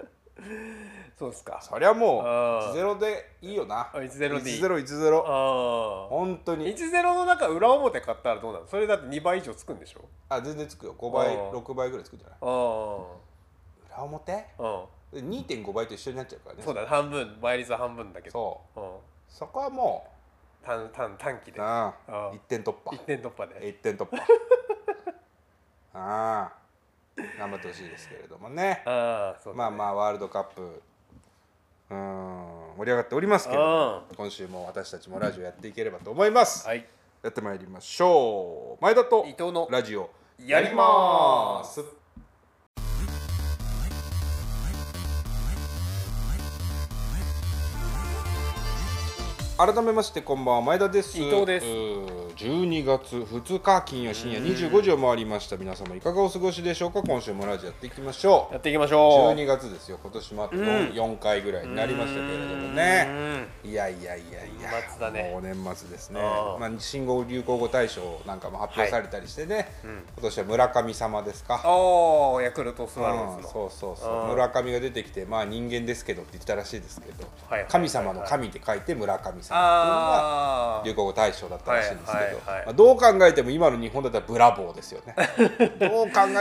Speaker 2: そうですか
Speaker 1: そりゃもう
Speaker 2: あー
Speaker 1: 1-0でいいよな
Speaker 2: あ1-0でいい
Speaker 1: 1-0-1-0
Speaker 2: ああ
Speaker 1: 本当に
Speaker 2: 1-0の中裏表買ったらどうなのそれだって2倍以上つくんでしょ
Speaker 1: あ全然つくよ5倍
Speaker 2: あー
Speaker 1: 6倍ぐらいつくんじゃない
Speaker 2: あ
Speaker 1: 裏表
Speaker 2: あうん
Speaker 1: で2.5倍と一緒になっちゃうからね
Speaker 2: そうだ半分倍率は半分だけど
Speaker 1: そう
Speaker 2: うん
Speaker 1: そこはも
Speaker 2: 短短短期
Speaker 1: う
Speaker 2: で1
Speaker 1: な
Speaker 2: あー
Speaker 1: 1点突破
Speaker 2: 点突破で
Speaker 1: 一点突 破ああ頑張ってほしいですけれどもね
Speaker 2: ああそう
Speaker 1: まあまあワールドカップうーん盛り上がっておりますけれども今週も私たちもラジオやっていければと思います、
Speaker 2: はい
Speaker 1: やってまいりましょう前田と
Speaker 2: 伊藤の
Speaker 1: ラジオ
Speaker 2: やりま
Speaker 1: やります改めましてこんばんは前田です
Speaker 2: 伊藤です
Speaker 1: うー12月2日金曜深夜25時を回りました皆様いかがお過ごしでしょうか今週もラジオやっていきましょ
Speaker 2: や
Speaker 1: う
Speaker 2: っていきましょう
Speaker 1: 12月ですよ今年もあと 4,、
Speaker 2: うん
Speaker 1: 4回ぐらいになりましたけれどもね
Speaker 2: うん
Speaker 1: いやいやいやいや
Speaker 2: 年末だね
Speaker 1: もう年末ですね
Speaker 2: ああ
Speaker 1: まあ、新語・流行語大賞なんかも発表されたりしてね、
Speaker 2: うん
Speaker 1: 今年は村上様ですか、
Speaker 2: おーヤクルトスワロ
Speaker 1: うん、
Speaker 2: ーズの
Speaker 1: そうそうそう
Speaker 2: ああ
Speaker 1: 村上が出てきてまあ人間ですけどって言ったらしいですけど、
Speaker 2: はいはい
Speaker 1: 神様の神って書いて村上みさんっていうのが
Speaker 2: ああ
Speaker 1: 流行語大賞だったらしいんですけど、
Speaker 2: はいはいはい
Speaker 1: まあ、どう考えても今の日本だったらブラボーですよ ねどう考えて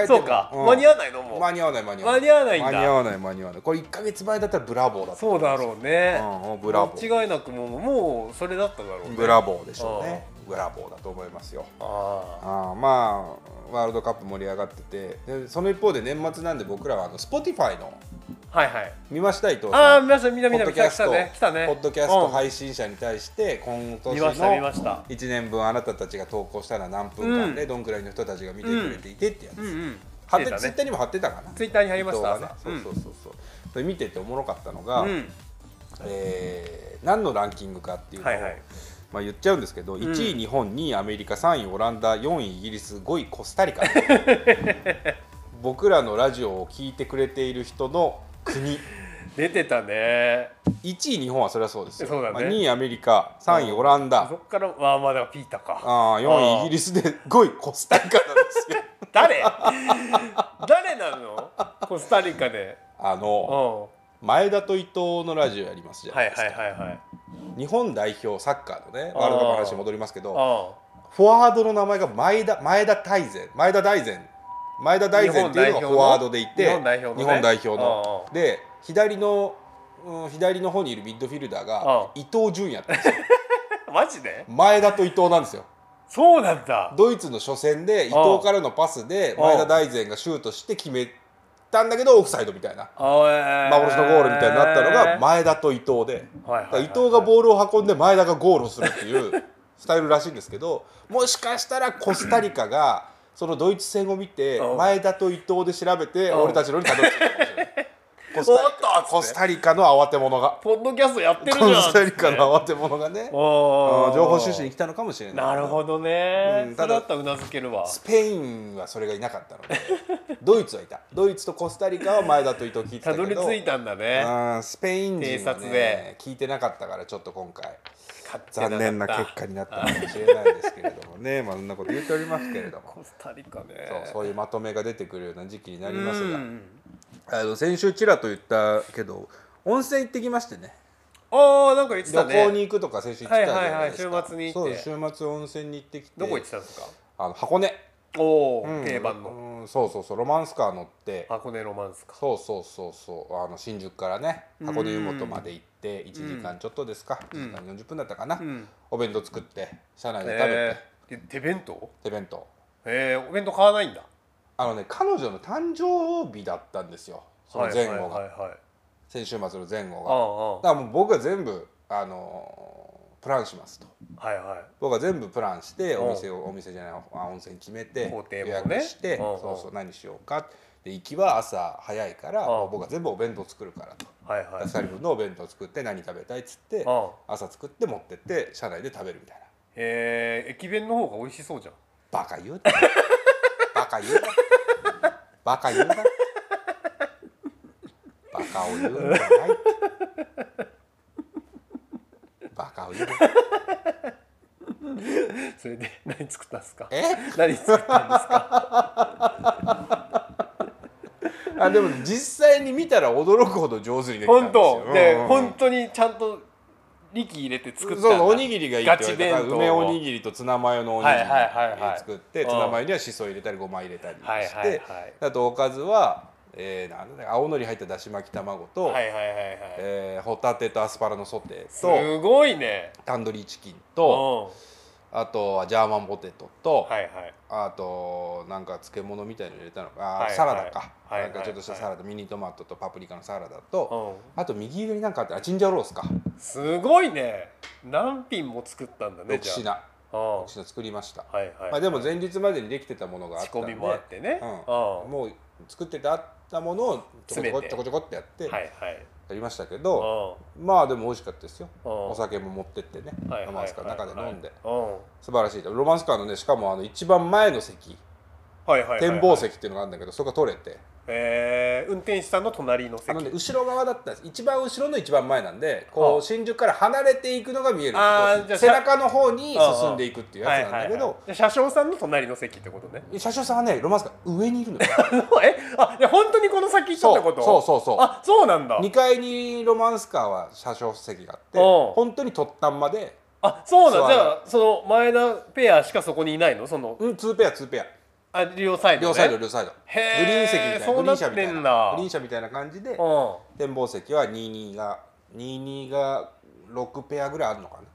Speaker 1: も
Speaker 2: そうか、
Speaker 1: ん
Speaker 2: 間に合わないのも
Speaker 1: 間に合わない間に合わない
Speaker 2: 間に合わないんだ
Speaker 1: 間に合わない間に合わないこれ1か月前だったらブラボーだった
Speaker 2: そうだろうね、
Speaker 1: うんうんブラボー
Speaker 2: 間違いなくもうもうそれだっただろうね
Speaker 1: ブラボーでしょうねブラボーだと思いますよ
Speaker 2: あ
Speaker 1: あーまあワールドカップ盛り上がっててでその一方で年末なんで僕らはあの Spotify の
Speaker 2: あはいはい
Speaker 1: 見ました伊藤
Speaker 2: あ
Speaker 1: さ
Speaker 2: あ
Speaker 1: ん
Speaker 2: 皆さんみんな
Speaker 1: ポ
Speaker 2: みん
Speaker 1: ッド
Speaker 2: な来
Speaker 1: キャ
Speaker 2: た
Speaker 1: ス
Speaker 2: 来
Speaker 1: ト
Speaker 2: たね来たね
Speaker 1: ポッドキャスト
Speaker 2: い、
Speaker 1: 配信者に対して今年
Speaker 2: 見ました見
Speaker 1: の
Speaker 2: ました
Speaker 1: 1年分あなたたちが投稿したら何分間でどんくらいの人たちが見てくれていてってやつ、
Speaker 2: うんうん
Speaker 1: 貼っ
Speaker 2: 来
Speaker 1: て
Speaker 2: た
Speaker 1: ツイッ
Speaker 2: ね
Speaker 1: ターにも貼ってたかな
Speaker 2: ツイッターに貼りました
Speaker 1: 伊藤がね
Speaker 2: 朝うん
Speaker 1: そうそうそうそうそれ見てておもろかったのが、
Speaker 2: うん
Speaker 1: えー何のランキングかっていうのを、
Speaker 2: はいはい
Speaker 1: まあ、言っちゃうんですけど、1位日本2位アメリカ3位オランダ4位イギリス5位コスタ リカ僕らのラジオを聞いてくれている人の 国
Speaker 2: 出てたね
Speaker 1: 1位日本はそれはそうですよ、
Speaker 2: そうだね
Speaker 1: まあ、2位アメリカ3位オランダ、
Speaker 2: そっからまあまあでもピータか
Speaker 1: ああ4位
Speaker 2: あー
Speaker 1: イギリスで5位コスタリカなんですよ
Speaker 2: 誰誰なのコスタリカで
Speaker 1: あ
Speaker 2: うん
Speaker 1: の
Speaker 2: は
Speaker 1: 前田と伊藤のラジオやりますじ
Speaker 2: い
Speaker 1: ゃ
Speaker 2: は
Speaker 1: ない
Speaker 2: い
Speaker 1: ですか、
Speaker 2: はいはい
Speaker 1: 日本代表サッカーのねワールドカップの話に戻りますけど
Speaker 2: あ
Speaker 1: フォワードの名前が前田前田大然前田大然前田大然っていうのが
Speaker 2: 日本代表
Speaker 1: フ
Speaker 2: の
Speaker 1: ォワードでいて
Speaker 2: 日本代表のね
Speaker 1: 日本代表の
Speaker 2: ああ
Speaker 1: で左の、うん左の方にいるミッドフィルダー
Speaker 2: あ
Speaker 1: が
Speaker 2: あ
Speaker 1: 伊東純也だったん ですよ
Speaker 2: あマジで
Speaker 1: 前田と伊藤なんですよ
Speaker 2: そうなんだ
Speaker 1: ドイツの初戦で伊
Speaker 2: あ
Speaker 1: 藤
Speaker 2: あ
Speaker 1: からのパスで
Speaker 2: ああ
Speaker 1: 前田大然がシュートして決めたんだけどオフサイドみたいな幻
Speaker 2: 幻
Speaker 1: のゴールみたいになったのが前田と伊藤で
Speaker 2: はいはいはい
Speaker 1: だから伊藤がボールを運んで前田がゴールをするって いうスタイルらしいんですけどもしかしたらコスタリカがそのドイツ戦を見て
Speaker 2: うん
Speaker 1: 前田と伊藤で調べて
Speaker 2: うん
Speaker 1: 俺たちのにたどり着いたかもしれない。コス
Speaker 2: おっ
Speaker 1: タリ
Speaker 2: とっつっ
Speaker 1: カ
Speaker 2: て
Speaker 1: コスタリカの慌て者が
Speaker 2: ポッドキャストやってるじゃん
Speaker 1: コスタリカの慌て者がねうん
Speaker 2: おー
Speaker 1: 情報収集に来たのかもしれない
Speaker 2: なるほどね、
Speaker 1: うんた
Speaker 2: た
Speaker 1: だ
Speaker 2: だそれだったらうなずけるわ
Speaker 1: スペインはそれがいなかった のでドイツはいたドイツとコスタリカは前田と伊藤聞いてた
Speaker 2: た
Speaker 1: け
Speaker 2: ど
Speaker 1: ど
Speaker 2: り着いたんだね
Speaker 1: うんスペイン人は
Speaker 2: 偵察
Speaker 1: ね
Speaker 2: で
Speaker 1: 聞いてなかったからちょっと今回
Speaker 2: 勝手
Speaker 1: 残念な
Speaker 2: かった
Speaker 1: 結果になったのかもしれないですけれどもね まあそんなこと言っておりますけれども
Speaker 2: コスタリカね
Speaker 1: そうそういうまとめが出てくるような時期になります
Speaker 2: う
Speaker 1: が
Speaker 2: ん
Speaker 1: あの先週ちらっと言ったけど温泉行ってきましてね
Speaker 2: ああなんか言って
Speaker 1: 旅
Speaker 2: たね
Speaker 1: 行に行くとか先週言ってたじゃないですか、
Speaker 2: はいはいはい週末に行って
Speaker 1: そう週末温泉に行ってきて
Speaker 2: どこ行ってたんですか
Speaker 1: あの箱根、
Speaker 2: おお、
Speaker 1: うん
Speaker 2: 定番の
Speaker 1: うんそうそうそうロマンスカー乗って
Speaker 2: 箱根ロマンスか
Speaker 1: そうそうそうそうあの新宿からね箱根湯本まで行って1時間ちょっとですか、
Speaker 2: ん
Speaker 1: 1時間40分だったかな、
Speaker 2: ん
Speaker 1: お弁当作って車内で食べて、
Speaker 2: えー、手弁当
Speaker 1: 手弁当
Speaker 2: えー、お弁当買わないんだ
Speaker 1: あのね彼女の誕生日だったんですよその前後が、
Speaker 2: はいはいはいはい、
Speaker 1: 先週末の前後がだ
Speaker 2: あ
Speaker 1: からもう僕は全部あのープランしますと
Speaker 2: あはいはい
Speaker 1: 僕は全部プランしてお店をお店じゃないあ温泉決めて
Speaker 2: 工程もね
Speaker 1: 予約して
Speaker 2: うんうん
Speaker 1: そうそう何しようかで行きは朝早いから
Speaker 2: ん
Speaker 1: もう僕は全部お弁当作るからと
Speaker 2: はいはい
Speaker 1: 2人分のお弁当作って何食べたいっつって
Speaker 2: うん
Speaker 1: 朝作って持ってって車内で食べるみたいな
Speaker 2: えー、駅弁の方が美味しそうじゃん
Speaker 1: バカ言うなバカ言うなバカ言うなバカを言うんじゃないバカを言うな
Speaker 2: それで何作ったんですか
Speaker 1: え
Speaker 2: 何作ったんですか
Speaker 1: あでも実際に見たら驚くほど上手にできたんで
Speaker 2: 本
Speaker 1: すよ
Speaker 2: 当で、
Speaker 1: うんうん
Speaker 2: 本当にちゃんと力入れて作ったんだ
Speaker 1: そうおにぎりがいいって言われたから
Speaker 2: ガチ弁当を
Speaker 1: 梅おにぎりとツナマヨのおにぎり
Speaker 2: はいはいはいはい
Speaker 1: 作って
Speaker 2: うん
Speaker 1: ツナマヨにはしそ入れたりごま入れたりして、
Speaker 2: はいはいはい
Speaker 1: あとおかずは、えー、なんだね青のり入っただし巻き卵と、
Speaker 2: はいはいはいはい
Speaker 1: えーホタテとアスパラのソテー
Speaker 2: す
Speaker 1: と
Speaker 2: ごいね
Speaker 1: タンドリーチキン
Speaker 2: うん
Speaker 1: と
Speaker 2: は
Speaker 1: あとはジャーマンポテトと、
Speaker 2: いはい
Speaker 1: あとなんか漬物みたいの入れたのか、あー
Speaker 2: はい
Speaker 1: サラダか、
Speaker 2: はいはい
Speaker 1: なんかちょっとしたサラダ、ミニトマトとパプリカのサラダと、
Speaker 2: う
Speaker 1: あと右上になんかあったらチンジャオロースか
Speaker 2: んすごいね何品も作ったんだね
Speaker 1: 6
Speaker 2: じゃあ
Speaker 1: 品6
Speaker 2: うんは
Speaker 1: 品作りました、
Speaker 2: いはい、
Speaker 1: まあ、でも前日までにできてたものがあっ
Speaker 2: 仕
Speaker 1: たん
Speaker 2: 込
Speaker 1: で
Speaker 2: みもあってね、
Speaker 1: うん
Speaker 2: は
Speaker 1: もう作ってたあったものをちょこちょこ
Speaker 2: 詰めて
Speaker 1: ちょこちょこってやって
Speaker 2: いはい
Speaker 1: やりましたけ
Speaker 2: う
Speaker 1: ど、
Speaker 2: ん
Speaker 1: まあでも美味しかったですよ
Speaker 2: うん
Speaker 1: お酒も持ってってね
Speaker 2: はい
Speaker 1: ロマンスカーの中で飲んで
Speaker 2: うん
Speaker 1: 素晴らしいロマンスカーのねしかもあの一番前の席
Speaker 2: はいはいはいはい
Speaker 1: 展望席っていうのがあるんだけどそこが取れて
Speaker 2: えー、運転手さんの隣の席
Speaker 1: あのね後ろ側だったんです一番後ろの一番前なんでこ
Speaker 2: ああ
Speaker 1: う新宿から離れていくのが見える
Speaker 2: ああ
Speaker 1: こう
Speaker 2: じゃあ
Speaker 1: 背中の方に進んでいくっていうやつなんだけ
Speaker 2: はいはい
Speaker 1: ど
Speaker 2: はい車掌さんの隣の席ってことね
Speaker 1: 車掌さんはねロマンスカー上にいるのよ
Speaker 2: えあで本当にこの先行ったってこと
Speaker 1: そうそうそうそう
Speaker 2: あそうなんだ
Speaker 1: 2階にロマンスカーは車掌席があって
Speaker 2: おう
Speaker 1: 本当に突端まで、
Speaker 2: あそうなん
Speaker 1: そう
Speaker 2: じゃあその前田ペアしかそこにいないのその
Speaker 1: うん、2ペア2ペア
Speaker 2: あ両サイド、ね、
Speaker 1: 両サイド両サイドグリ
Speaker 2: へー
Speaker 1: ーン席みたいな
Speaker 2: そ
Speaker 1: グ
Speaker 2: う
Speaker 1: リー
Speaker 2: な
Speaker 1: ン
Speaker 2: って
Speaker 1: 車
Speaker 2: ん
Speaker 1: み
Speaker 2: だ
Speaker 1: たいなグリーン車みたいな感じで
Speaker 2: うん
Speaker 1: 展望席は22が22が6ペアぐらいあるのかな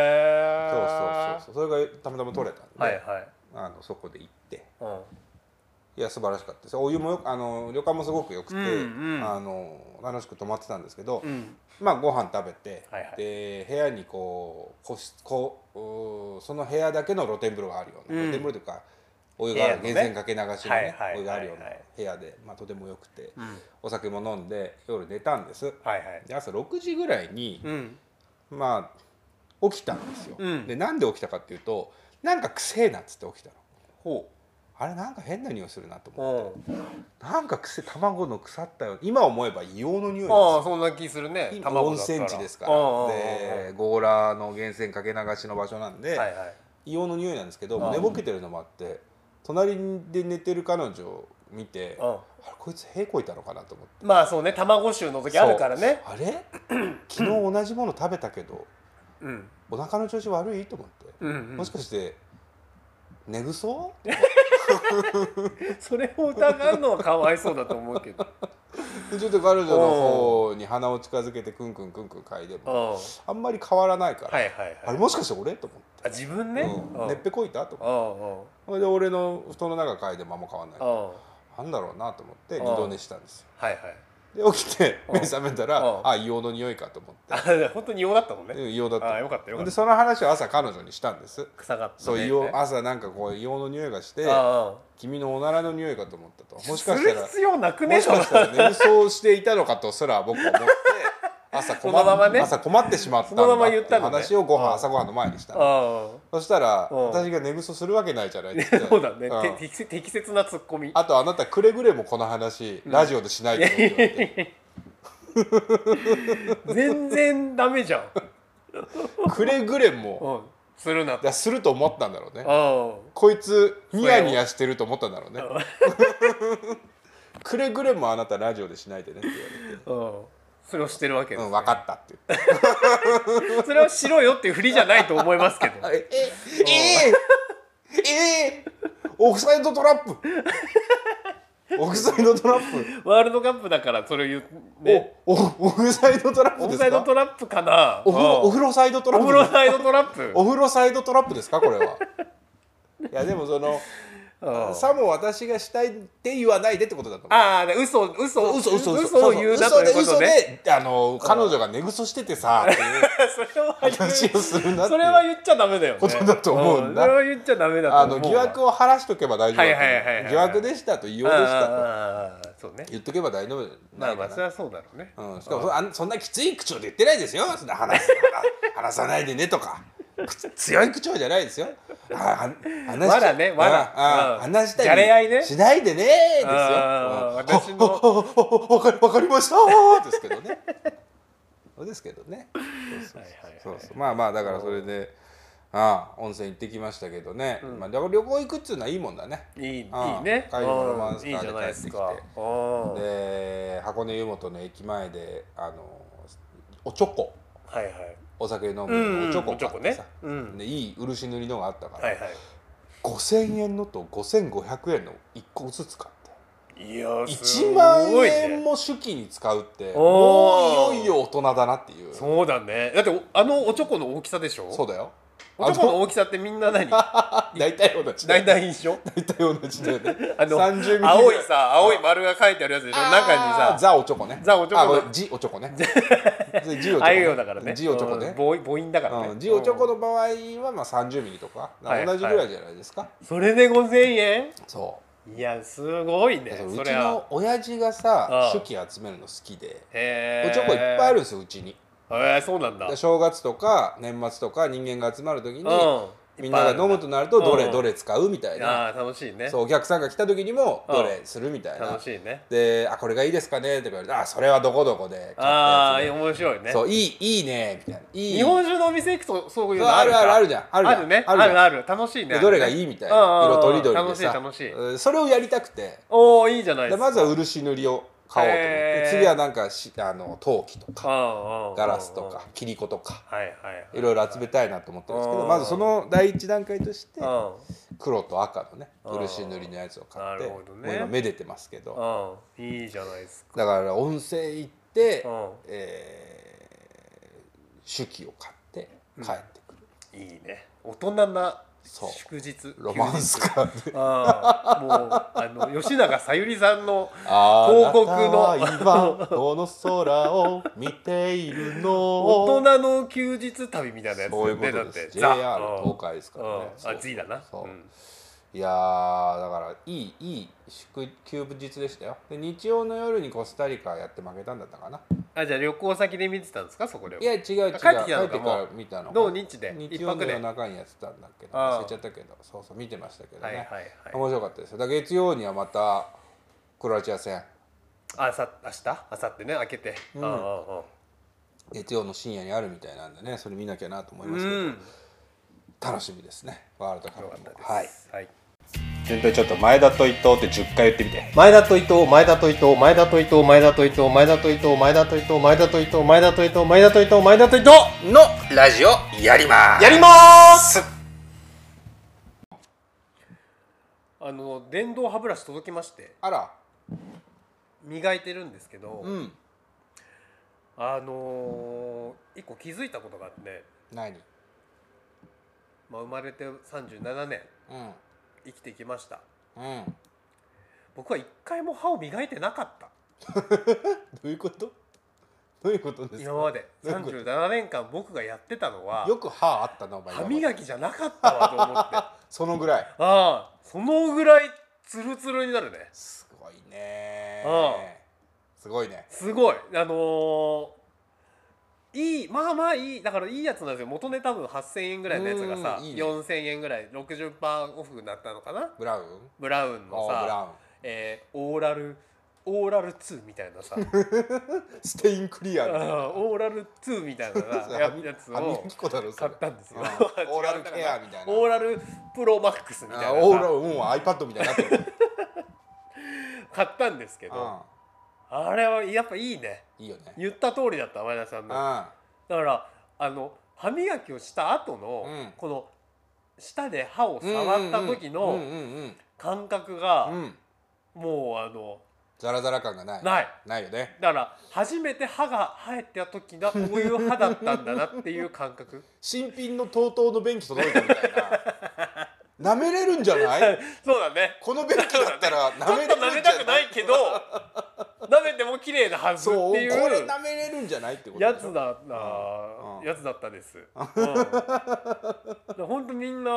Speaker 2: は
Speaker 1: そうそうそうそうそれがたまたま取れたんで、
Speaker 2: はいはい、
Speaker 1: あのそこで行って
Speaker 2: うん、
Speaker 1: いや素晴らしかったですお湯もよくあの旅館もすごく良くて、
Speaker 2: うんうん
Speaker 1: あの楽しく泊まってたんですけど、
Speaker 2: うん、
Speaker 1: まあご飯食べて、
Speaker 2: はいはい
Speaker 1: で部屋にこう個室こううーその部屋だけの露天風呂があるような、
Speaker 2: う
Speaker 1: 露
Speaker 2: ん
Speaker 1: 天風呂というかお湯がある、
Speaker 2: 部屋のね
Speaker 1: 源泉かけ流しの、ね
Speaker 2: はいはいはいはい
Speaker 1: お湯があるような部屋で、まあ、とても良くて、
Speaker 2: うん、
Speaker 1: お酒も飲んで夜寝たんです
Speaker 2: はいはい、
Speaker 1: で朝6時ぐらいに、
Speaker 2: うん、
Speaker 1: まあ起きたんですよ、
Speaker 2: うん
Speaker 1: でなんで起きたかっていうとなんかくせえなっつって起きたの
Speaker 2: ほ
Speaker 1: あれなんか変な匂いするなと
Speaker 2: う、う
Speaker 1: 思
Speaker 2: ん、
Speaker 1: うなんかくせ卵の腐ったよう今思えば硫黄の匂いです
Speaker 2: ああそんな気するね、
Speaker 1: 今
Speaker 2: 卵
Speaker 1: 温
Speaker 2: だったら
Speaker 1: 泉地ですから
Speaker 2: うんうんうんうん
Speaker 1: で強羅の源泉かけ流しの場所なんで、
Speaker 2: はいはい、
Speaker 1: 硫黄の匂いなんですけど、
Speaker 2: うん
Speaker 1: もう寝ぼけてるのもあって隣で寝てる彼女を見て、
Speaker 2: う
Speaker 1: あ
Speaker 2: ん、
Speaker 1: れこいつ屁こいたのかなと思って
Speaker 2: まあそうね、卵臭の時あるからね、
Speaker 1: あれ昨日同じもの食べたけど
Speaker 2: うん、
Speaker 1: お腹の調子悪いと思って、
Speaker 2: うん、うん、
Speaker 1: もしかして寝ぐそ
Speaker 2: それを疑うのはかわいそうだと思うけ ど、
Speaker 1: でちょっと彼女の方に鼻を近づけてクンクンクンクン嗅いで
Speaker 2: うん、
Speaker 1: も
Speaker 2: は
Speaker 1: あんまり変わらないから、
Speaker 2: いはい
Speaker 1: あ
Speaker 2: は
Speaker 1: れ
Speaker 2: い、
Speaker 1: もしかして俺と思って。
Speaker 2: あ自分ね、
Speaker 1: うん、ねっぺこいたと思って
Speaker 2: うん、う
Speaker 1: それ
Speaker 2: ん、
Speaker 1: で俺の布団の中嗅いでもあんま変わんない
Speaker 2: うん、
Speaker 1: なんだろうなと思って
Speaker 2: うん
Speaker 1: 二度寝したんです
Speaker 2: はいはい、
Speaker 1: よで起きて
Speaker 2: うん
Speaker 1: 目覚めたら
Speaker 2: うん
Speaker 1: あ硫黄の匂いかと思って
Speaker 2: あ本当に用だったもん
Speaker 1: うん
Speaker 2: ね、
Speaker 1: 硫黄だ
Speaker 2: あ
Speaker 1: っ
Speaker 2: よかった
Speaker 1: た
Speaker 2: よかっ
Speaker 1: で
Speaker 2: た、
Speaker 1: その話を朝彼女にしたんです
Speaker 2: 臭かった、ね、
Speaker 1: そう硫黄朝なんかこう硫黄の匂いがして
Speaker 2: あ
Speaker 1: 君のおならの匂いかと思ったと
Speaker 2: あ、
Speaker 1: もしかした
Speaker 2: する
Speaker 1: ら
Speaker 2: 必要なくね
Speaker 1: もしかしたら眠そうしていたのかとすら僕は思って朝困
Speaker 2: そのまま
Speaker 1: っ
Speaker 2: ね
Speaker 1: 朝困ってしまったんだ
Speaker 2: そのまま
Speaker 1: ってい
Speaker 2: 言っ
Speaker 1: う
Speaker 2: たのね
Speaker 1: 話をご
Speaker 2: うん
Speaker 1: 飯朝ご飯の前にしたの
Speaker 2: あ
Speaker 1: そ
Speaker 2: あ。
Speaker 1: したら
Speaker 2: うん
Speaker 1: 私が寝不足するわけないじゃないですか
Speaker 2: そうだね、
Speaker 1: うん
Speaker 2: て適切適切なツッコミ
Speaker 1: あとあなたくれぐれもこの話、ラジオでしないでねって言われて
Speaker 2: 全然ダメじゃん、
Speaker 1: くれぐれも
Speaker 2: うん、するなっ
Speaker 1: い
Speaker 2: て
Speaker 1: やすると思ったんだろうね
Speaker 2: あ
Speaker 1: こいつニヤニヤしてると思ったんだろうね くれぐれもあなたラジオでしないでねって言われて
Speaker 2: あ、うん、それをしてるわ
Speaker 1: 「
Speaker 2: けです、
Speaker 1: うん分かった」って言って
Speaker 2: それはしろよっていうふりじゃないと思いますけど
Speaker 1: 「えええええオフサイドトラップオフサイドトラップ
Speaker 2: ワールドカップだからそれを言うね
Speaker 1: おおオフサイドトラップ
Speaker 2: オ
Speaker 1: で
Speaker 2: フ
Speaker 1: す
Speaker 2: サイド
Speaker 1: か
Speaker 2: トラップかな
Speaker 1: お風呂
Speaker 2: うん
Speaker 1: お風呂サイドトラ
Speaker 2: オ
Speaker 1: ッ
Speaker 2: フ
Speaker 1: プ
Speaker 2: ロサイドトラップ
Speaker 1: お風呂サイドトラップですかこれ はいやでもその
Speaker 2: うん
Speaker 1: さも私がしたいって言わないでってことだと思う
Speaker 2: ああで嘘嘘
Speaker 1: 嘘嘘嘘
Speaker 2: 嘘を言うな
Speaker 1: 嘘
Speaker 2: とい
Speaker 1: で
Speaker 2: うこ
Speaker 1: 嘘
Speaker 2: とね
Speaker 1: であの彼女が寝ぐそしててさっていう
Speaker 2: それは言う
Speaker 1: 話をするなって
Speaker 2: そ
Speaker 1: い
Speaker 2: れは
Speaker 1: う
Speaker 2: 言っちゃダメだよ、ね、
Speaker 1: ことだと思うんだ
Speaker 2: それは言っちゃダメだ
Speaker 1: あ
Speaker 2: と思
Speaker 1: の
Speaker 2: う
Speaker 1: 疑惑
Speaker 2: を
Speaker 1: を晴らしとけば大丈夫だと思う
Speaker 2: はいはいはいはい
Speaker 1: 疑惑でしたと言おうでしたと
Speaker 2: そうね
Speaker 1: 言っとけば大丈夫じゃ
Speaker 2: ま
Speaker 1: な
Speaker 2: あ
Speaker 1: い
Speaker 2: ま
Speaker 1: か
Speaker 2: あ
Speaker 1: な
Speaker 2: それはそうだろうね、
Speaker 1: うん、しかもそあんそんなきつい口調で言ってないですよそんな話す話 話さないでねとか口強い口調じゃないですよあは話し
Speaker 2: わらねわら
Speaker 1: ああ
Speaker 2: うん
Speaker 1: 話したり
Speaker 2: じゃれ合いね
Speaker 1: しないでねですよう
Speaker 2: あー
Speaker 1: ん
Speaker 2: 私の
Speaker 1: あああわかりわかりましたですけどねそうですけどね
Speaker 2: はいはいはい
Speaker 1: そうそうまあまあだからそれでああ温泉行ってきましたけどね、まあ、旅旅行行くっつうのはいいもんだね
Speaker 2: いいいい
Speaker 1: ああ
Speaker 2: ね。
Speaker 1: 帰りもロマンスカーで
Speaker 2: うんいいじゃないですか。
Speaker 1: 帰ってき
Speaker 2: うんはい
Speaker 1: で箱根湯本の駅前であのおちょこ
Speaker 2: はい。
Speaker 1: お酒飲む
Speaker 2: う
Speaker 1: の
Speaker 2: ん
Speaker 1: おちょこ
Speaker 2: おちょ
Speaker 1: 買
Speaker 2: こ
Speaker 1: って
Speaker 2: ね
Speaker 1: さ、。
Speaker 2: うん。
Speaker 1: でいい漆塗りのがあったから、
Speaker 2: はいは
Speaker 1: 5,000円のと5,500円の1個ずつ買って
Speaker 2: い。いやーす
Speaker 1: 1万
Speaker 2: ごい
Speaker 1: 円
Speaker 2: ね。
Speaker 1: も手記に使うっても
Speaker 2: おー
Speaker 1: ういよいよ大人だなっていうそ
Speaker 2: そうだね。だっておあのおちょこの大きさでしょ。
Speaker 1: うだよ
Speaker 2: おちょこの大きさってみんな何？だ
Speaker 1: あ大体同じだ
Speaker 2: い
Speaker 1: よ
Speaker 2: たい一緒。
Speaker 1: 大体同じだよね
Speaker 2: あの
Speaker 1: 30ミリぐら
Speaker 2: 青いさ青い丸が書いてあるやつでしょ。中
Speaker 1: あー
Speaker 2: にさ。
Speaker 1: ザおちょこね
Speaker 2: ザおちょこ
Speaker 1: あごめんジおちょこ ねジおちょこ
Speaker 2: あいうようだからね。
Speaker 1: ジおちょこね
Speaker 2: うん母音母音だから
Speaker 1: う
Speaker 2: ね。
Speaker 1: ん、ジオチョコ
Speaker 2: の。
Speaker 1: の場合はまあ30ミリとか
Speaker 2: はい
Speaker 1: 同じぐらいじゃないですか、
Speaker 2: それで五千円？
Speaker 1: そ
Speaker 2: いやすごいうね
Speaker 1: だから。う
Speaker 2: そ
Speaker 1: ち
Speaker 2: れは。
Speaker 1: の親父が
Speaker 2: あ
Speaker 1: さ
Speaker 2: あ
Speaker 1: 手記集めるの好きで
Speaker 2: へ
Speaker 1: お
Speaker 2: ー
Speaker 1: ちょこいっぱいあるんですようちに
Speaker 2: へーそうなんだ。
Speaker 1: で正月とか年末とか人間が集まる時に
Speaker 2: うん。
Speaker 1: みんなが飲むとなるとど
Speaker 2: う
Speaker 1: れ
Speaker 2: ん
Speaker 1: どれ使うみたいな、
Speaker 2: ああ楽しいね
Speaker 1: そうお客さんが来た時にも
Speaker 2: うん
Speaker 1: どれするみたいな
Speaker 2: 楽しいね
Speaker 1: で「あこれがいいですかね」とか言われて「あそれはどこどこで買ったやつで」
Speaker 2: ああ面白いね
Speaker 1: そういいいいねみたいないい
Speaker 2: 日本中のお店行くとそういうの
Speaker 1: あるあるある
Speaker 2: じ
Speaker 1: じゃん
Speaker 2: ゃ
Speaker 1: あ
Speaker 2: ん
Speaker 1: るじゃん
Speaker 2: あるねあ
Speaker 1: ある
Speaker 2: る
Speaker 1: じゃん
Speaker 2: ある楽しいね
Speaker 1: でどれが
Speaker 2: い
Speaker 1: いいみたい
Speaker 2: うんうん
Speaker 1: な
Speaker 2: うん
Speaker 1: 色とりどりでさ
Speaker 2: 楽しい楽しい
Speaker 1: うんそれをやりたくて
Speaker 2: おおいいじゃないで
Speaker 1: です
Speaker 2: か
Speaker 1: まずは漆塗りを買おうと思って
Speaker 2: へー
Speaker 1: 次はなんかしあの陶器とかガ
Speaker 2: ガ
Speaker 1: ラスとか切り子とか
Speaker 2: はいはいはい
Speaker 1: ろいろ集めたいなと思ってるんですけ
Speaker 2: う
Speaker 1: ど
Speaker 2: ん
Speaker 1: まずその第一段階として
Speaker 2: うん
Speaker 1: 黒と赤のね
Speaker 2: うん
Speaker 1: 漆塗りのやつを買って
Speaker 2: な
Speaker 1: も
Speaker 2: るほ
Speaker 1: う
Speaker 2: どね
Speaker 1: 今めでてますけど
Speaker 2: うんいいじゃないです
Speaker 1: だから温泉行って
Speaker 2: か
Speaker 1: えー手記を買って帰ってくる
Speaker 2: うんいいね大人な
Speaker 1: そう
Speaker 2: 祝日
Speaker 1: ロマンス
Speaker 2: 休日
Speaker 1: カー
Speaker 2: うんもうあの吉永小百合さんの
Speaker 1: 広
Speaker 2: 広告の
Speaker 1: 今この空を見ているの
Speaker 2: 大人の休日旅みたいなやつだ
Speaker 1: そうい
Speaker 2: よ
Speaker 1: うこ
Speaker 2: ねだ
Speaker 1: と
Speaker 2: っ
Speaker 1: で
Speaker 2: て
Speaker 1: す JR
Speaker 2: うん
Speaker 1: 東海ですからね
Speaker 2: うん
Speaker 1: そう
Speaker 2: あ Z だな
Speaker 1: そう
Speaker 2: うん
Speaker 1: いやーだからいいいい祝休日でしたよで日曜の夜にコスタリカやって負けたんだったかな
Speaker 2: あじゃあ旅行先で見てたんですかそこで
Speaker 1: いや違う違う
Speaker 2: 帰ってきたの
Speaker 1: か
Speaker 2: か
Speaker 1: ら見たの
Speaker 2: 同日で
Speaker 1: 日
Speaker 2: 一
Speaker 1: 曜
Speaker 2: 泊
Speaker 1: の夜
Speaker 2: ではい
Speaker 1: 中にやってたんだけど
Speaker 2: ああ
Speaker 1: 忘れちゃったけどそうそう見てましたけどね、
Speaker 2: はいはい
Speaker 1: 面白かったですよだから月曜にはまたクロアチア戦
Speaker 2: あさ明日明後日ね開けて
Speaker 1: うん
Speaker 2: うんうん
Speaker 1: 月曜の深夜にあるみたいなんでねそれ見なきゃなと思いうま
Speaker 2: ん
Speaker 1: すけど、
Speaker 2: うん
Speaker 1: 楽しみですねワールドカ
Speaker 2: よか
Speaker 1: ッ
Speaker 2: っ
Speaker 1: プ
Speaker 2: た
Speaker 1: も
Speaker 2: です
Speaker 1: はい
Speaker 2: はい
Speaker 1: 全体ちょっと前田と伊藤って10回言ってみて
Speaker 2: 前田と伊藤、前田と伊藤、前田と伊藤、前田と伊藤、前田と伊藤、前田と伊藤、前田と伊藤、前田と伊藤、前田と伊藤、前田と伊藤、
Speaker 1: のラジオやります
Speaker 2: やります。あの電動歯ブラシ届きまして
Speaker 1: あら
Speaker 2: 磨いてるんですけど、
Speaker 1: うん
Speaker 2: あのー一個気づいたことがあって、
Speaker 1: 何
Speaker 2: まあ生まれて37年
Speaker 1: うん
Speaker 2: 生きてきました。
Speaker 1: うんど
Speaker 2: 僕は一回も歯を磨いてなかった。
Speaker 1: ういうことどういうことです
Speaker 2: 今
Speaker 1: か
Speaker 2: まで37年間僕がやってたのは
Speaker 1: よく歯あったなお前
Speaker 2: 歯磨きじゃなかったわと思 って。
Speaker 1: そのぐらい
Speaker 2: ああそのぐらいツルツルになるね
Speaker 1: すごいね
Speaker 2: あ
Speaker 1: すごいね
Speaker 2: すごいあのーいいまあまあいいだからいいやつなんですよ元値多分8000円ぐらいのやつがさ
Speaker 1: うんいいね
Speaker 2: 4000円ぐらい60%オフになったのかな
Speaker 1: ブラウン
Speaker 2: ブラウンの
Speaker 1: あーブ
Speaker 2: さ、
Speaker 1: ラウン
Speaker 2: えーオーラルオーラル2みたい なさ
Speaker 1: ステインクリア
Speaker 2: あ
Speaker 1: みたいな
Speaker 2: ーオーラル2み たいなさややつ
Speaker 1: 歯
Speaker 2: を
Speaker 1: 磨き粉だろそ
Speaker 2: 買
Speaker 1: れ
Speaker 2: ったんですよ
Speaker 1: うん
Speaker 2: 違う
Speaker 1: オーラルケアみたいな
Speaker 2: オーラルプロマックスみたいな
Speaker 1: あ
Speaker 2: さ
Speaker 1: ーオーラルうん iPad みたいに なってる
Speaker 2: 買ったんですけどあれはやっぱいいね
Speaker 1: うんいいよね
Speaker 2: 言った通りだった前田さんの
Speaker 1: う
Speaker 2: だからあの歯磨きをした後の、
Speaker 1: うん
Speaker 2: この舌で歯を
Speaker 1: ん
Speaker 2: 触った時
Speaker 1: うん
Speaker 2: の
Speaker 1: うん
Speaker 2: 感覚
Speaker 1: うんう
Speaker 2: が
Speaker 1: んうん
Speaker 2: もうあの
Speaker 1: ザラザラ感がない
Speaker 2: ない
Speaker 1: ないよね
Speaker 2: だから初めて歯が生えた時がこういう歯だったんだなっていう感覚
Speaker 1: 新品の TOTO の便器届いたみたい な舐めれるんじゃない
Speaker 2: そうだね
Speaker 1: この便器だったら
Speaker 2: ちょ
Speaker 1: 舐
Speaker 2: っ
Speaker 1: めれ
Speaker 2: と
Speaker 1: る
Speaker 2: 舐め
Speaker 1: んじ
Speaker 2: たく
Speaker 1: ゃな
Speaker 2: ないいけど舐めても綺麗なはずっ
Speaker 1: そう
Speaker 2: て
Speaker 1: こ
Speaker 2: い
Speaker 1: れ
Speaker 2: う
Speaker 1: 舐めれるんじゃないってことでし
Speaker 2: や
Speaker 1: ょ
Speaker 2: つだな、
Speaker 1: うんうん
Speaker 2: やつだっ たです、うん、だからほんとみんな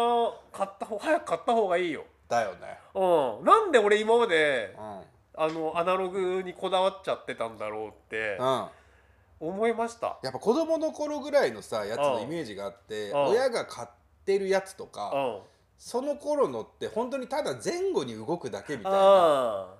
Speaker 2: 買った方早く買った方がいいよ
Speaker 1: だよね
Speaker 2: うん、なんで俺今まで
Speaker 1: うん
Speaker 2: あのアナログにこだわっちゃってたんだろうって
Speaker 1: うん
Speaker 2: 思いました。
Speaker 1: やっぱ子供の頃ぐらいのさやつの
Speaker 2: うん
Speaker 1: イメージがあって
Speaker 2: うん
Speaker 1: 親が買ってるやつと
Speaker 2: うん、
Speaker 1: か
Speaker 2: あ
Speaker 1: その頃のって本当にただ前後に動くだけみたいな
Speaker 2: あ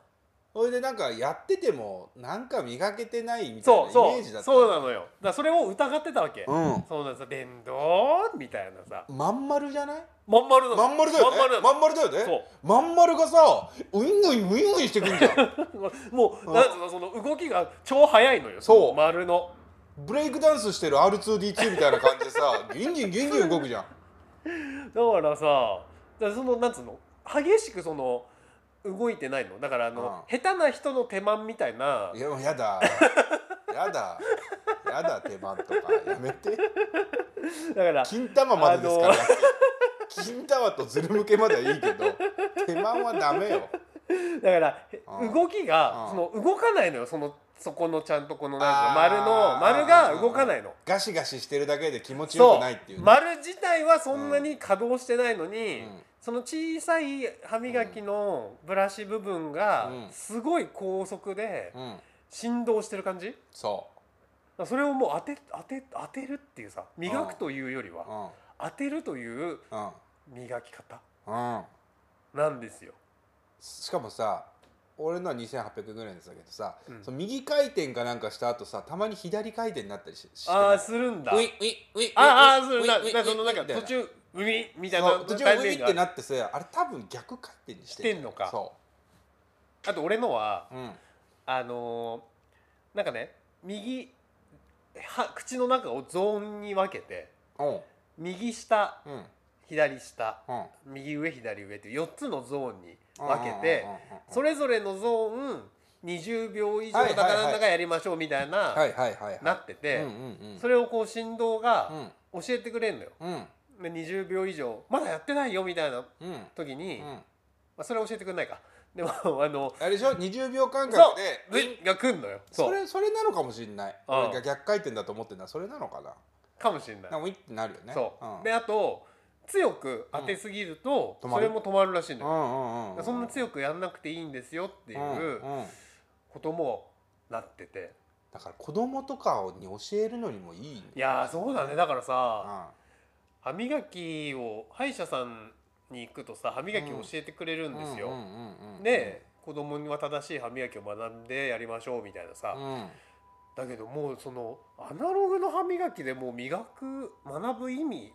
Speaker 1: それでなんかやっててもなんか磨けてないみたい
Speaker 2: そ
Speaker 1: な
Speaker 2: う
Speaker 1: イ
Speaker 2: そ
Speaker 1: メー
Speaker 2: う
Speaker 1: ジだった
Speaker 2: そうなのよ。だからそれを疑ってたわけ。
Speaker 1: うん
Speaker 2: そうなんさ電動みたいなさ
Speaker 1: まん丸じゃない
Speaker 2: まん丸なの。
Speaker 1: まん丸だよね
Speaker 2: まん丸な
Speaker 1: ま
Speaker 2: の
Speaker 1: ん丸だよね
Speaker 2: そ
Speaker 1: まん丸がさウイングインウイングインしてくんじゃん
Speaker 2: う もうなんつうのその動きが超速いのよ
Speaker 1: そう
Speaker 2: の丸の
Speaker 1: ブレイクダンスしてる R2D2 みたいな感じで さギンギンギンギン動くじゃん
Speaker 2: だからさだからそのなんつうの激しくその動いてないのだからあの、下手な人の手間みたいない
Speaker 1: やもうやだやだやだ手間とかやめて
Speaker 2: だから
Speaker 1: 金玉までですから、金玉とズル向けまではいいけど手間はダメよ
Speaker 2: だからへ
Speaker 1: うん
Speaker 2: 動き
Speaker 1: うん
Speaker 2: がその動かないのよそのそこのちゃんとこのなんか丸
Speaker 1: あー
Speaker 2: の丸が動かないの。
Speaker 1: ガシガシしてるだけで気持ちよ
Speaker 2: そ
Speaker 1: くないっていううね
Speaker 2: 丸自体はそんなに稼働してないのに、
Speaker 1: うん
Speaker 2: その小さい歯磨きのブラシ部分が
Speaker 1: うん
Speaker 2: すごい高速で
Speaker 1: うん
Speaker 2: 振動してる感じだか
Speaker 1: そ
Speaker 2: らそれをもう当て当て当てるっていうさ磨くというよりは
Speaker 1: ううん
Speaker 2: 当てるという
Speaker 1: うん
Speaker 2: 磨き方
Speaker 1: うん
Speaker 2: なんですよ。
Speaker 1: しかもさ俺のは2800ぐらいのやつだけどさ、
Speaker 2: うん
Speaker 1: その右回転かなんかした後さたまに左回転になったりしして
Speaker 2: ああ
Speaker 1: す
Speaker 2: するんだ。
Speaker 1: ウィウィウィ
Speaker 2: ああ
Speaker 1: ウ
Speaker 2: そ
Speaker 1: ィウ
Speaker 2: う
Speaker 1: ィ
Speaker 2: な
Speaker 1: ウィウィ
Speaker 2: なそのなんか
Speaker 1: みたい
Speaker 2: 途中ウィみたい
Speaker 1: そ
Speaker 2: な
Speaker 1: う途中ウ
Speaker 2: タイミン
Speaker 1: ィ
Speaker 2: グが
Speaker 1: ってなってさあれ多分逆回転にしてんだよ
Speaker 2: してんのか
Speaker 1: そ
Speaker 2: あと俺のは
Speaker 1: う、うん、
Speaker 2: あのーなんかね右は口の中をゾーンに分けて
Speaker 1: おう
Speaker 2: 右下
Speaker 1: うんうん
Speaker 2: 左下
Speaker 1: うん
Speaker 2: 右上左上って4つのゾーンに分けて
Speaker 1: うんうんうんうん
Speaker 2: それぞれのゾーン20秒以上
Speaker 1: はいは
Speaker 2: だ
Speaker 1: いはい
Speaker 2: かなんだかやりましょうみたい
Speaker 1: は
Speaker 2: ない
Speaker 1: はいはいはい
Speaker 2: なって
Speaker 1: う
Speaker 2: て
Speaker 1: んうんうん
Speaker 2: それをこう振動
Speaker 1: う
Speaker 2: が
Speaker 1: ん
Speaker 2: 教えてくれるのよ。
Speaker 1: うん
Speaker 2: で20秒以上まだやってないよみたいな
Speaker 1: うん
Speaker 2: 時に、
Speaker 1: う
Speaker 2: ま
Speaker 1: ん
Speaker 2: あ、それは教えてくれないか。でも あの
Speaker 1: あれでしょ20秒間
Speaker 2: そう
Speaker 1: 隔で
Speaker 2: ウィンが来んのよ。
Speaker 1: そ
Speaker 2: そう
Speaker 1: れそれなのかもしれない
Speaker 2: うん
Speaker 1: 俺が逆回転だと思ってるのはそれなのかな
Speaker 2: かもしれない
Speaker 1: な。んかウィってなるよね
Speaker 2: そう、
Speaker 1: うん
Speaker 2: であと強く当てすぎると、
Speaker 1: うん止ま
Speaker 2: そ
Speaker 1: る
Speaker 2: れも止まるらしいの
Speaker 1: う
Speaker 2: よ、
Speaker 1: んうんうん
Speaker 2: そんな強くやんなくていいんですよっていうん
Speaker 1: うん
Speaker 2: こともなってて、
Speaker 1: だから子供とかに教えるのにもいい
Speaker 2: いやーそうだねだからさ、
Speaker 1: あ
Speaker 2: 歯磨きを歯医者さんに行くとさ歯磨きを教えてくれるんですよ、で子供には正しい歯磨きを学んでやりましょうみたいなさ、
Speaker 1: うん
Speaker 2: だけどもうそのアナログの歯磨きでもう磨く学ぶ意味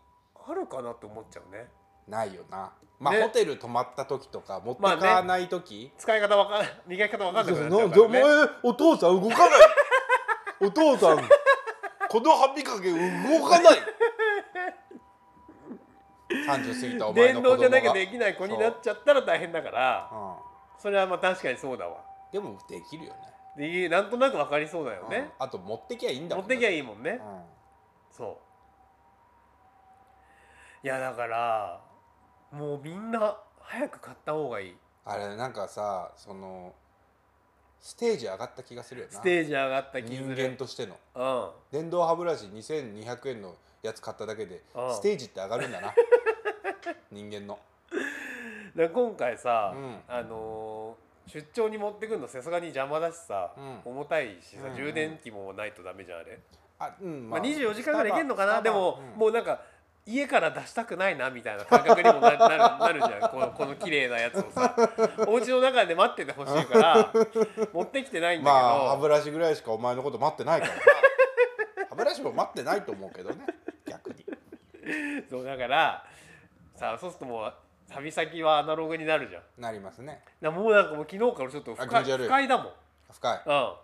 Speaker 2: あるかなって思っちゃうね
Speaker 1: ないよなまあ、
Speaker 2: ね
Speaker 1: ホテル泊まった時とか持って
Speaker 2: まあね
Speaker 1: かない時、
Speaker 2: 使い方わかん磨き方わかんなくなっちゃ
Speaker 1: な
Speaker 2: う
Speaker 1: な
Speaker 2: から、ね、
Speaker 1: えお父さん動かない お父さんこの歯磨き動かない30過ぎたお前の子供
Speaker 2: 電動
Speaker 1: が
Speaker 2: じゃなきゃできない子になっちゃったら大変だから
Speaker 1: うん、
Speaker 2: それはまあ確かにそうだわ
Speaker 1: でもできるよね
Speaker 2: でなんとなく分かりそうだよ
Speaker 1: うん
Speaker 2: ね、
Speaker 1: あと持ってきゃいいんだ
Speaker 2: 持
Speaker 1: も
Speaker 2: っ
Speaker 1: ん
Speaker 2: てきゃ
Speaker 1: いい、
Speaker 2: いいもんね、
Speaker 1: うん
Speaker 2: そういやだからもうみんな早く買った方がいい
Speaker 1: あれなんかさそのステージ上がった気がするよな
Speaker 2: ステージ上がった気
Speaker 1: 人
Speaker 2: づ
Speaker 1: 間
Speaker 2: る
Speaker 1: としての
Speaker 2: うん
Speaker 1: 電動歯ブラシ2200円のやつ買っただけで
Speaker 2: うん
Speaker 1: ステージって上がるん だな人間の
Speaker 2: で今回さ、
Speaker 1: うん
Speaker 2: あのー出張に持ってくるのさすがに邪魔だしさ、
Speaker 1: うん
Speaker 2: 重たいしさ、
Speaker 1: うんうん
Speaker 2: 充電器もないとダメじゃんあれ、
Speaker 1: あ、うん
Speaker 2: まあ、24時間ぐらいいけるのかなでも、
Speaker 1: う
Speaker 2: もうなんか家から出したくないなみたいな感覚にもななるなるじゃんこの この綺麗なやつをさお家の中で待っててほし いから持ってきてないんだけど、
Speaker 1: まあ歯ブラシぐらいしかお前のこと待ってないからな歯ブラシも待ってないと思うけどね逆に
Speaker 2: そうだからさそうするともう旅先はアナログになるじゃん
Speaker 1: なりますね
Speaker 2: なもうなんかもう昨日からちょっと不
Speaker 1: あ気持
Speaker 2: 快
Speaker 1: ち悪い
Speaker 2: 不快だもん、うん、
Speaker 1: 深いあ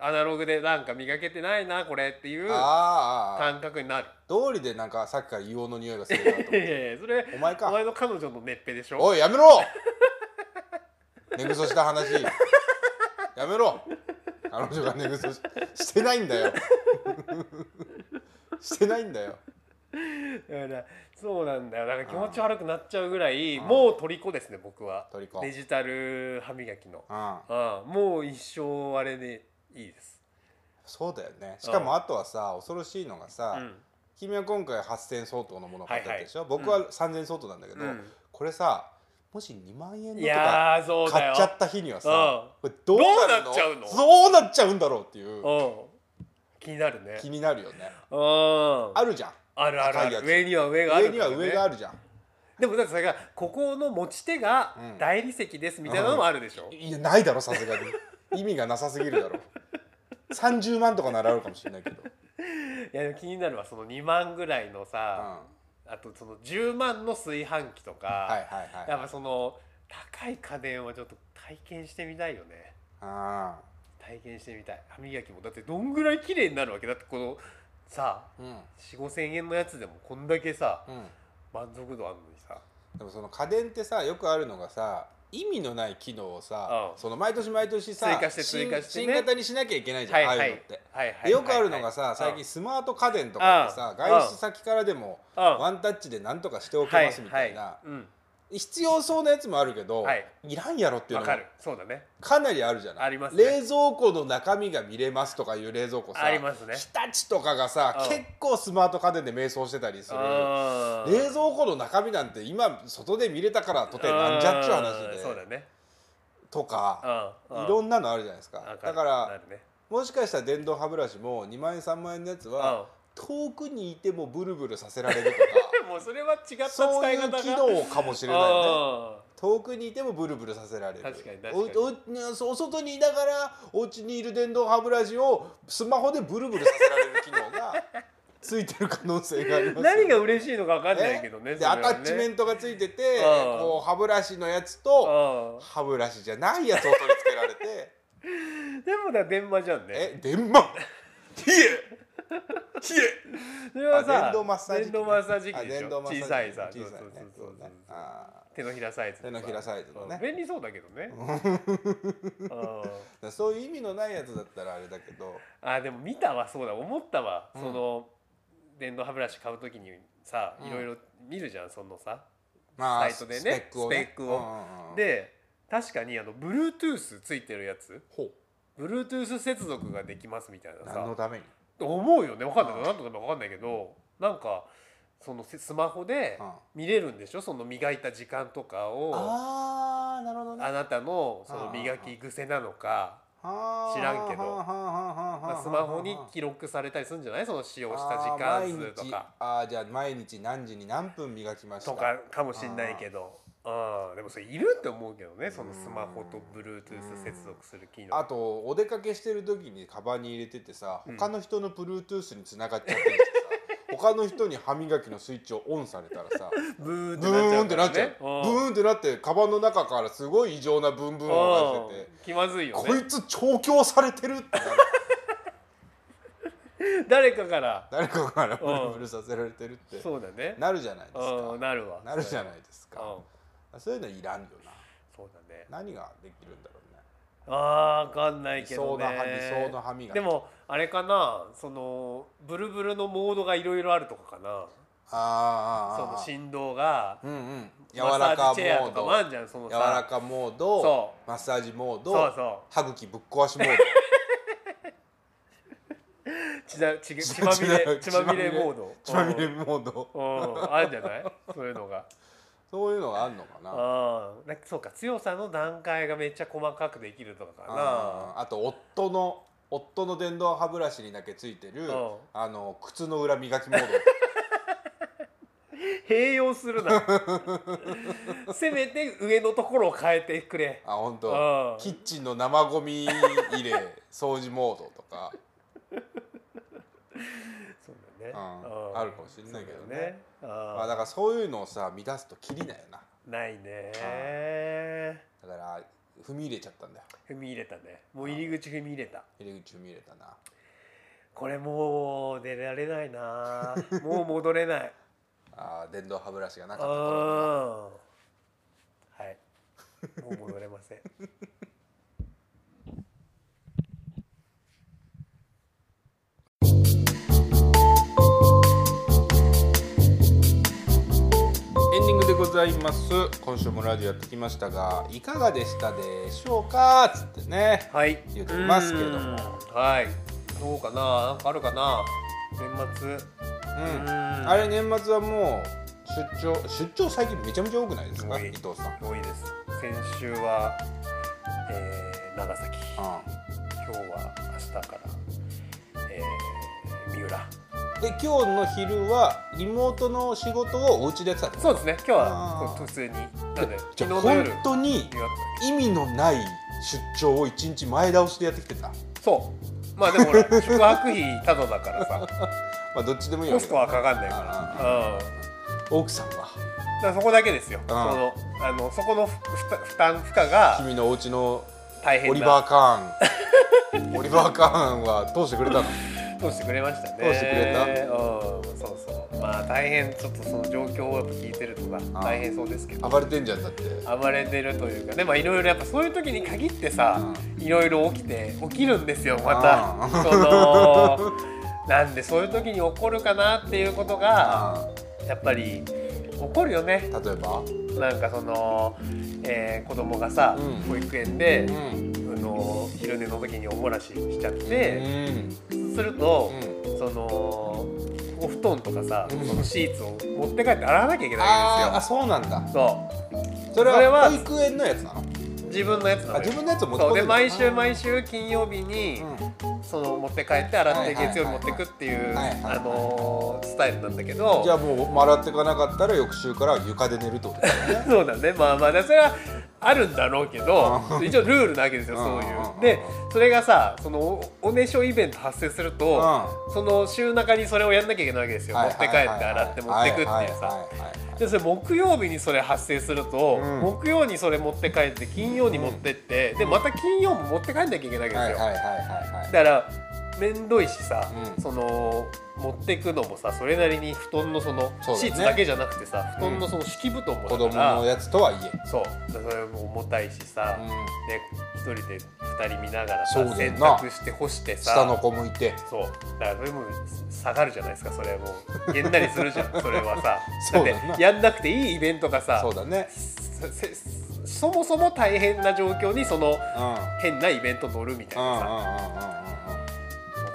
Speaker 2: アナログでなんか磨けてないなこれっていう
Speaker 1: あああ
Speaker 2: 感覚に なる
Speaker 1: 道理でなんかさっきから硫黄の匂いがするなと思っ
Speaker 2: いや
Speaker 1: て
Speaker 2: いやいやそれ
Speaker 1: お前
Speaker 2: お
Speaker 1: か
Speaker 2: 前の彼女の熱ぺでしょ
Speaker 1: おいやめろ 寝ぐそした話やめろ彼女が寝ぐそししてないんだよ してないんだよ
Speaker 2: だからそうなんだよだから気持ち悪くなっちゃうぐらい
Speaker 1: うん
Speaker 2: もう虜ですね僕は
Speaker 1: トリコ
Speaker 2: デジタル歯磨きの
Speaker 1: うん
Speaker 2: うんもう一生あれでいいです
Speaker 1: そうだよねしかもあとはさ恐ろしいのが
Speaker 2: う
Speaker 1: さ、
Speaker 2: ん
Speaker 1: 君は今回8,000相当のものを買ったってでしょ、
Speaker 2: はいはい
Speaker 1: 僕は3,000相当なんだけど、
Speaker 2: うん
Speaker 1: これさもし2万円の
Speaker 2: い
Speaker 1: とか
Speaker 2: やーそうだ
Speaker 1: 買
Speaker 2: よ
Speaker 1: っちゃった日にはさ、これどうなる
Speaker 2: どうな
Speaker 1: の
Speaker 2: っちゃうの
Speaker 1: どうなっちゃうんだろうっていう
Speaker 2: うん気になるね
Speaker 1: 気になるよね
Speaker 2: うん
Speaker 1: あるじゃん
Speaker 2: あるあるあ
Speaker 1: 高いや
Speaker 2: る
Speaker 1: つ
Speaker 2: 上には上がある
Speaker 1: 上には
Speaker 2: からね
Speaker 1: 上があるじゃん
Speaker 2: でもだってそれがここの持ち手が
Speaker 1: うん
Speaker 2: 大理石ですみたいなのもあるでしょ、
Speaker 1: いやないだろさすがに意味がなさすぎるだろ30万とかならあるかもしれないけど、
Speaker 2: いやでも気になるわその2万ぐらいの
Speaker 1: うん、
Speaker 2: さ
Speaker 1: は、
Speaker 2: あとその10万の炊飯器と
Speaker 1: い
Speaker 2: か、
Speaker 1: はいは
Speaker 2: や
Speaker 1: い
Speaker 2: っぱその高い家電はちょっと体験してみたいよね
Speaker 1: あ
Speaker 2: 体験してみたい歯磨きもだってどんぐらい綺麗になるわけだってこのさ
Speaker 1: ーうん
Speaker 2: 4 5千円のやつでもこんだけさ
Speaker 1: うん
Speaker 2: 満足度あるのにさ
Speaker 1: でもその家電ってさよくあるのがさ意味のない機能をさ、
Speaker 2: うん
Speaker 1: その毎年毎年さ
Speaker 2: 追加して追加して
Speaker 1: 新
Speaker 2: ね
Speaker 1: 新型にしなきゃいけないじゃん、
Speaker 2: はい
Speaker 1: あ
Speaker 2: はい
Speaker 1: あ
Speaker 2: は
Speaker 1: いう
Speaker 2: い
Speaker 1: のって。
Speaker 2: はい
Speaker 1: でよくあるのがさ、最近スマート家電とかってさ、外出先からでもワ
Speaker 2: ワ
Speaker 1: ンタッチでなんとかしておけますみたいな、
Speaker 2: はいはいうん
Speaker 1: 必要そうなやつもあるけど、
Speaker 2: はい
Speaker 1: い、らんやろっていう
Speaker 2: わ
Speaker 1: の
Speaker 2: か
Speaker 1: が
Speaker 2: るそうだね
Speaker 1: かなりあるじゃない
Speaker 2: ありますね
Speaker 1: 冷蔵庫の中身が見れますとかいう冷蔵庫さ
Speaker 2: ありますね
Speaker 1: 日立とかがさ、
Speaker 2: うん
Speaker 1: 結構スマート家電で迷走してたりする。
Speaker 2: あー
Speaker 1: 冷蔵庫の中身なんて今外で見れたからとてなんじゃっちゅう話
Speaker 2: あーそう
Speaker 1: で
Speaker 2: だね
Speaker 1: とか
Speaker 2: うんうん
Speaker 1: いろんなのあるじゃないですか
Speaker 2: わか
Speaker 1: だ
Speaker 2: る
Speaker 1: か
Speaker 2: な
Speaker 1: ら
Speaker 2: るね
Speaker 1: もしかしたら電動歯ブラシも2万円3万円のやつ
Speaker 2: うん
Speaker 1: は遠くにいてもブルブルさせられると
Speaker 2: もう それは違った
Speaker 1: か
Speaker 2: 使
Speaker 1: そう
Speaker 2: い
Speaker 1: い
Speaker 2: 方
Speaker 1: う
Speaker 2: が
Speaker 1: 機能かもしれないよね
Speaker 2: あ
Speaker 1: 遠くにいてもブルブルさせられる
Speaker 2: 確かに確かに
Speaker 1: おおそうお外にいながらお家にいる電動歯ブラシをスマホでブルブルさせられる機能が ついてる可能性があります
Speaker 2: ー
Speaker 1: よね
Speaker 2: 何が嬉しいのか分かんないけど
Speaker 1: え
Speaker 2: ね
Speaker 1: でアタッチメ
Speaker 2: ン
Speaker 1: ントがついてて
Speaker 2: うん
Speaker 1: こう歯ブラシのやつと
Speaker 2: ト
Speaker 1: 歯ブラシじゃないやつを取り付けられ て
Speaker 2: でもだ電話じゃんね
Speaker 1: え電話ひえひえ
Speaker 2: それはさ
Speaker 1: あ電動マッサージ機
Speaker 2: 電動マッサージ機
Speaker 1: あ
Speaker 2: でし
Speaker 1: 電
Speaker 2: ょ
Speaker 1: 動マッ
Speaker 2: 小
Speaker 1: サ
Speaker 2: さ
Speaker 1: ー
Speaker 2: い
Speaker 1: ジ
Speaker 2: さ
Speaker 1: 機小さい
Speaker 2: そう
Speaker 1: ね
Speaker 2: そうそうそう
Speaker 1: そうねあ
Speaker 2: 手のひらサイズとか
Speaker 1: 手のひらサイズのね
Speaker 2: うん便利そうだけどね
Speaker 1: ーそういう意味のないやつだったらあれだけど
Speaker 2: ああでも見たわそうだ思ったわ、
Speaker 1: うん
Speaker 2: その電動歯ブラシ買う時にさ
Speaker 1: うん
Speaker 2: いろいろ見るじゃんそのさ、
Speaker 1: ま
Speaker 2: サイトでね
Speaker 1: スペックをね
Speaker 2: スペックを
Speaker 1: うんうんうん
Speaker 2: で確かにあの Bluetooth ついてるやつ
Speaker 1: ほう
Speaker 2: Bluetooth 接続ができますみたいな
Speaker 1: 何の
Speaker 2: さ
Speaker 1: ために
Speaker 2: 思うよね分かんない
Speaker 1: うん
Speaker 2: 何とか分かんないけどなんかそのせスマホで
Speaker 1: うん
Speaker 2: 見れるんでしょその磨いた時間とかを
Speaker 1: あーなるほど
Speaker 2: あなたのそ
Speaker 1: うん
Speaker 2: の
Speaker 1: うんうん
Speaker 2: 磨き癖なのか
Speaker 1: 知
Speaker 2: 知らんけどまあスマホに
Speaker 1: 起
Speaker 2: 記録されたりするんじゃないその使用した時間数とか。
Speaker 1: あー毎日あーじゃあ毎日何時に何分磨きました
Speaker 2: とかかもしんないけどあでもそれいるって思うけどねそのスマホと
Speaker 1: う
Speaker 2: Bluetooth 接続する機能
Speaker 1: あとお出かけしてる時にカバンに入れててさ
Speaker 2: うん
Speaker 1: 他の人の Bluetooth に繋がっちゃってる しさ他の人に歯磨きのスイッチをオンされたらさ
Speaker 2: ブーン
Speaker 1: ブーンっ
Speaker 2: って
Speaker 1: て
Speaker 2: な
Speaker 1: な
Speaker 2: っ
Speaker 1: っ
Speaker 2: ち
Speaker 1: ちゃ
Speaker 2: ゃう
Speaker 1: う
Speaker 2: から
Speaker 1: ブ
Speaker 2: ね
Speaker 1: ーンってなってカバンの中からすごい異常なブンブン音が
Speaker 2: うん
Speaker 1: 出て
Speaker 2: う
Speaker 1: て
Speaker 2: ん。気まずいよ
Speaker 1: こい
Speaker 2: ね
Speaker 1: つ調教されてるってなる
Speaker 2: 誰かから
Speaker 1: 誰かからブルブルさせられてるって
Speaker 2: そうだね
Speaker 1: なるじゃないです
Speaker 2: うん
Speaker 1: か
Speaker 2: なるわ
Speaker 1: なるじゃないいです
Speaker 2: う
Speaker 1: か
Speaker 2: ん
Speaker 1: そういうのいらんよな
Speaker 2: そうだね
Speaker 1: 何ができるんだろうね
Speaker 2: あーわかんない
Speaker 1: 理
Speaker 2: けど
Speaker 1: 想な歯理想の
Speaker 2: ね
Speaker 1: 歯磨き
Speaker 2: でもあれかなそのブルブルのモードがいろいろあるとかかな
Speaker 1: あー
Speaker 2: そ
Speaker 1: あーあー
Speaker 2: の振動が
Speaker 1: うんうん柔
Speaker 2: マッサ
Speaker 1: ら
Speaker 2: ー
Speaker 1: か
Speaker 2: ジチェア
Speaker 1: モー
Speaker 2: とか
Speaker 1: ド
Speaker 2: もあんじゃんその
Speaker 1: 柔ら
Speaker 2: さ
Speaker 1: かモード
Speaker 2: そ
Speaker 1: マッサージモード
Speaker 2: そうそう
Speaker 1: 歯茎ぶっ壊 しモー
Speaker 2: 血だ 血血まみれ
Speaker 1: 血
Speaker 2: 血
Speaker 1: ま
Speaker 2: ま
Speaker 1: み
Speaker 2: み
Speaker 1: れ
Speaker 2: れモード
Speaker 1: ド血まみれモード
Speaker 2: うんうんあるんじゃないそういうのが
Speaker 1: そういうの があるのかな
Speaker 2: ああそうか強さの段階がめっちゃ細かくできるとか
Speaker 1: あ
Speaker 2: か
Speaker 1: ーあと夫の夫の電動歯ブラシにだけついてる
Speaker 2: うん
Speaker 1: あの靴の裏磨きモー
Speaker 2: な併用する なせめて上のところを変えてくれ
Speaker 1: ドあ本
Speaker 2: あ
Speaker 1: 当
Speaker 2: ー
Speaker 1: キッチンの生ゴミ入れ掃除モードとか
Speaker 2: そうだね
Speaker 1: うんあるかもしれないけどね
Speaker 2: そうだよ
Speaker 1: まあ
Speaker 2: あ
Speaker 1: だからそういうのをさ乱すとキリないよな
Speaker 2: ーないね
Speaker 1: だから踏み入れちゃったんだよ
Speaker 2: 踏み入れたねもう入り口踏み入れた
Speaker 1: 入り口踏み入れたな
Speaker 2: これもう出られな いなもう戻れない
Speaker 1: あー電動歯ブラシがなかったところに
Speaker 2: ああはいもう戻れま せん
Speaker 1: エンディングでございます今週もラジオやってきましたがいかがでしたでしょうかつってね
Speaker 2: はい
Speaker 1: 言ってますけども
Speaker 2: うーんはいどうかななんかあるかな年末
Speaker 1: うん
Speaker 2: うーん
Speaker 1: あれ年末はもう出張出張最近めちゃめちゃ多くないですか
Speaker 2: 多い
Speaker 1: 伊藤さん、
Speaker 2: 多いです先週は、えー、長崎
Speaker 1: う
Speaker 2: 今日は明日から、えー、三浦
Speaker 1: ん、で今日の昼はリモートの仕事をお家でやってたってこと
Speaker 2: そうですね今日
Speaker 1: あ
Speaker 2: は
Speaker 1: ー
Speaker 2: 普通になんで昨
Speaker 1: じ
Speaker 2: 日
Speaker 1: ゃあ
Speaker 2: の
Speaker 1: 本
Speaker 2: 夜
Speaker 1: 当に
Speaker 2: いや
Speaker 1: 意味のない出張を一日前倒しでやってきてた
Speaker 2: そうまあでもほら宿泊費タダだ からさ
Speaker 1: まあどっちでもいいわ
Speaker 2: コ
Speaker 1: け
Speaker 2: ス
Speaker 1: ど
Speaker 2: トはかかんないからうん
Speaker 1: 奥さんは
Speaker 2: だからそこだけですよ。
Speaker 1: ん
Speaker 2: そのあのそこのふふた負担負荷が
Speaker 1: 君のお家の
Speaker 2: 大変
Speaker 1: オ
Speaker 2: だ。
Speaker 1: リバー・カーン オリバー・カーンは通してくれたの
Speaker 2: 通してくれましたね。
Speaker 1: 通してくれた
Speaker 2: うん、そうそう。まあ大変ちょっとその状況をやっぱ聞いてるとか大変そうですけど。
Speaker 1: 暴れてんじゃんだって
Speaker 2: 暴れてるというかね、まあいろいろやっぱそういう時に限ってさ
Speaker 1: う、
Speaker 2: いろいろ起きて起きるんですよ。また
Speaker 1: うん
Speaker 2: そのなんでそういう時に起こるかなっていうことがやっぱり起こるよね。
Speaker 1: 例えば
Speaker 2: なんかその、えー、子供がさ、
Speaker 1: うん
Speaker 2: 保育園で
Speaker 1: う、ん
Speaker 2: あの昼寝の時にお漏らししちゃっ
Speaker 1: う
Speaker 2: て、
Speaker 1: ん
Speaker 2: すると、
Speaker 1: うん
Speaker 2: そのお布団とかさ、
Speaker 1: うん
Speaker 2: そのシーツを持って帰って洗わなきゃいけない
Speaker 1: あ
Speaker 2: ん
Speaker 1: ーあ
Speaker 2: ですよ。
Speaker 1: そうなんだ
Speaker 2: そ
Speaker 1: それ
Speaker 2: それ
Speaker 1: は
Speaker 2: は
Speaker 1: 保育園のやつなの
Speaker 2: う自分のやつな
Speaker 1: あ
Speaker 2: のよ
Speaker 1: 自分のやつを持って
Speaker 2: そう
Speaker 1: こ
Speaker 2: で
Speaker 1: れる
Speaker 2: 毎週毎週金曜日に、
Speaker 1: うん
Speaker 2: そその持って帰って洗って月曜日持ってくっていう
Speaker 1: はいはいはい
Speaker 2: あのースタイルなんだけど
Speaker 1: じゃあもう洗っていかなかったら翌週からは床で寝るってことですね
Speaker 2: そうだねまあまあねそれはあるんだろうけど一応ルールなわけですよそうい
Speaker 1: うんうんうん
Speaker 2: う。でそれがさそのおおねしょイベント発生する
Speaker 1: う
Speaker 2: とその週中にそれをやんなきゃいけないわけですよ持って帰って洗って持ってくっていうさ。でそれ木曜日にそれ発生すると、
Speaker 1: うん
Speaker 2: 木曜にそれ持って帰って金曜に持ってって、でまた金曜も持って帰んなきゃいけないわけですよ。
Speaker 1: はいはいはいはいはい
Speaker 2: だから面倒いしさ、
Speaker 1: うん
Speaker 2: その持ってくのもさそれなりに布団のその
Speaker 1: そうだね
Speaker 2: シーツだけじゃなくてさ、布団のその敷布団も
Speaker 1: 子
Speaker 2: だ
Speaker 1: 供
Speaker 2: から
Speaker 1: のやつとはいえ、
Speaker 2: そうだからそれも重たいしさ、
Speaker 1: うん
Speaker 2: で一人で二人見ながら
Speaker 1: そ
Speaker 2: さ
Speaker 1: うだよ
Speaker 2: 洗
Speaker 1: な
Speaker 2: 濯して干してさ
Speaker 1: 下の子向いて
Speaker 2: そうだからそれも下がるじゃないですかそれもうげんなりするじ ゃんそれはさ
Speaker 1: そうだな
Speaker 2: ってやんなくていいイベントがさ
Speaker 1: そうだね
Speaker 2: そせそもそも大変な状況にその
Speaker 1: うんうんうんうん
Speaker 2: 変なイベント乗るみたいなさ、
Speaker 1: うんうん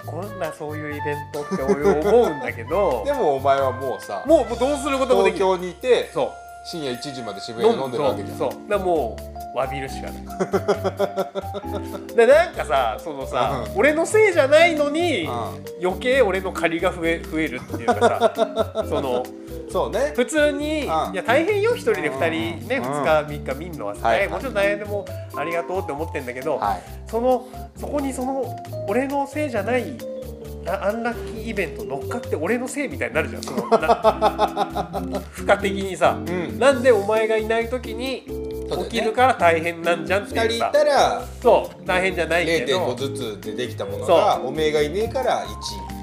Speaker 2: こんなそういうイベントって俺思うんだけど
Speaker 1: でもお前はもうさ
Speaker 2: もうもうどうすることも
Speaker 1: 東
Speaker 2: できる
Speaker 1: 京にいて
Speaker 2: そ
Speaker 1: 深夜1時まで渋
Speaker 2: う
Speaker 1: 谷で飲んでるわけじゃん
Speaker 2: そうそうだからもう詫びるしかな いでなんかさそのさ、
Speaker 1: う
Speaker 2: 俺のせいじゃないのに、
Speaker 1: う
Speaker 2: 余計俺の借りが増え増えるっていうか さその
Speaker 1: そうね
Speaker 2: 普通に、
Speaker 1: うん
Speaker 2: いや大変よ一人で二人ね、
Speaker 1: うん
Speaker 2: 二日三日見んのはさ、
Speaker 1: はいはい
Speaker 2: もちろん大変でもありがとうって思ってんだけど、
Speaker 1: はい
Speaker 2: そのそこにその俺のせいじゃないあアンラッキーイベント乗っかって俺のせいみたいになるじゃんそのな 付加的にさ、
Speaker 1: ん
Speaker 2: なんでお前がいない時に
Speaker 1: そうだよね
Speaker 2: 起きるから大変なんじゃんって
Speaker 1: 2人
Speaker 2: いう
Speaker 1: い
Speaker 2: さ
Speaker 1: たら
Speaker 2: そう大変じゃないけ
Speaker 1: 0.5
Speaker 2: ど
Speaker 1: ずつでできたものが
Speaker 2: そ
Speaker 1: おめえがいねえから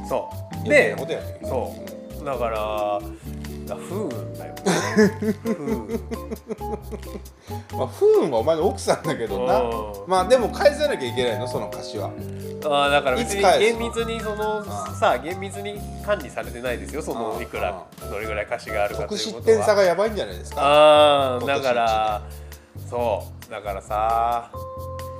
Speaker 2: そう
Speaker 1: 1
Speaker 2: で
Speaker 1: ことやね
Speaker 2: そうだから不運 だよね不運
Speaker 1: まあ不運はお前の奥さんだけどな
Speaker 2: うん
Speaker 1: まあでも返さなきゃいけないのその貸しは
Speaker 2: あーだから別
Speaker 1: いつ
Speaker 2: に
Speaker 1: 返す
Speaker 2: 厳
Speaker 1: の
Speaker 2: 密にその
Speaker 1: うん
Speaker 2: さ厳密に管理されてないですよそ
Speaker 1: うん
Speaker 2: のいくらどれぐらい貸しがあるかと
Speaker 1: 得
Speaker 2: いうこ
Speaker 1: 失
Speaker 2: と
Speaker 1: 点差
Speaker 2: は
Speaker 1: がやばいんじゃないですか
Speaker 2: ああ
Speaker 1: 今年
Speaker 2: だからそうだからさうん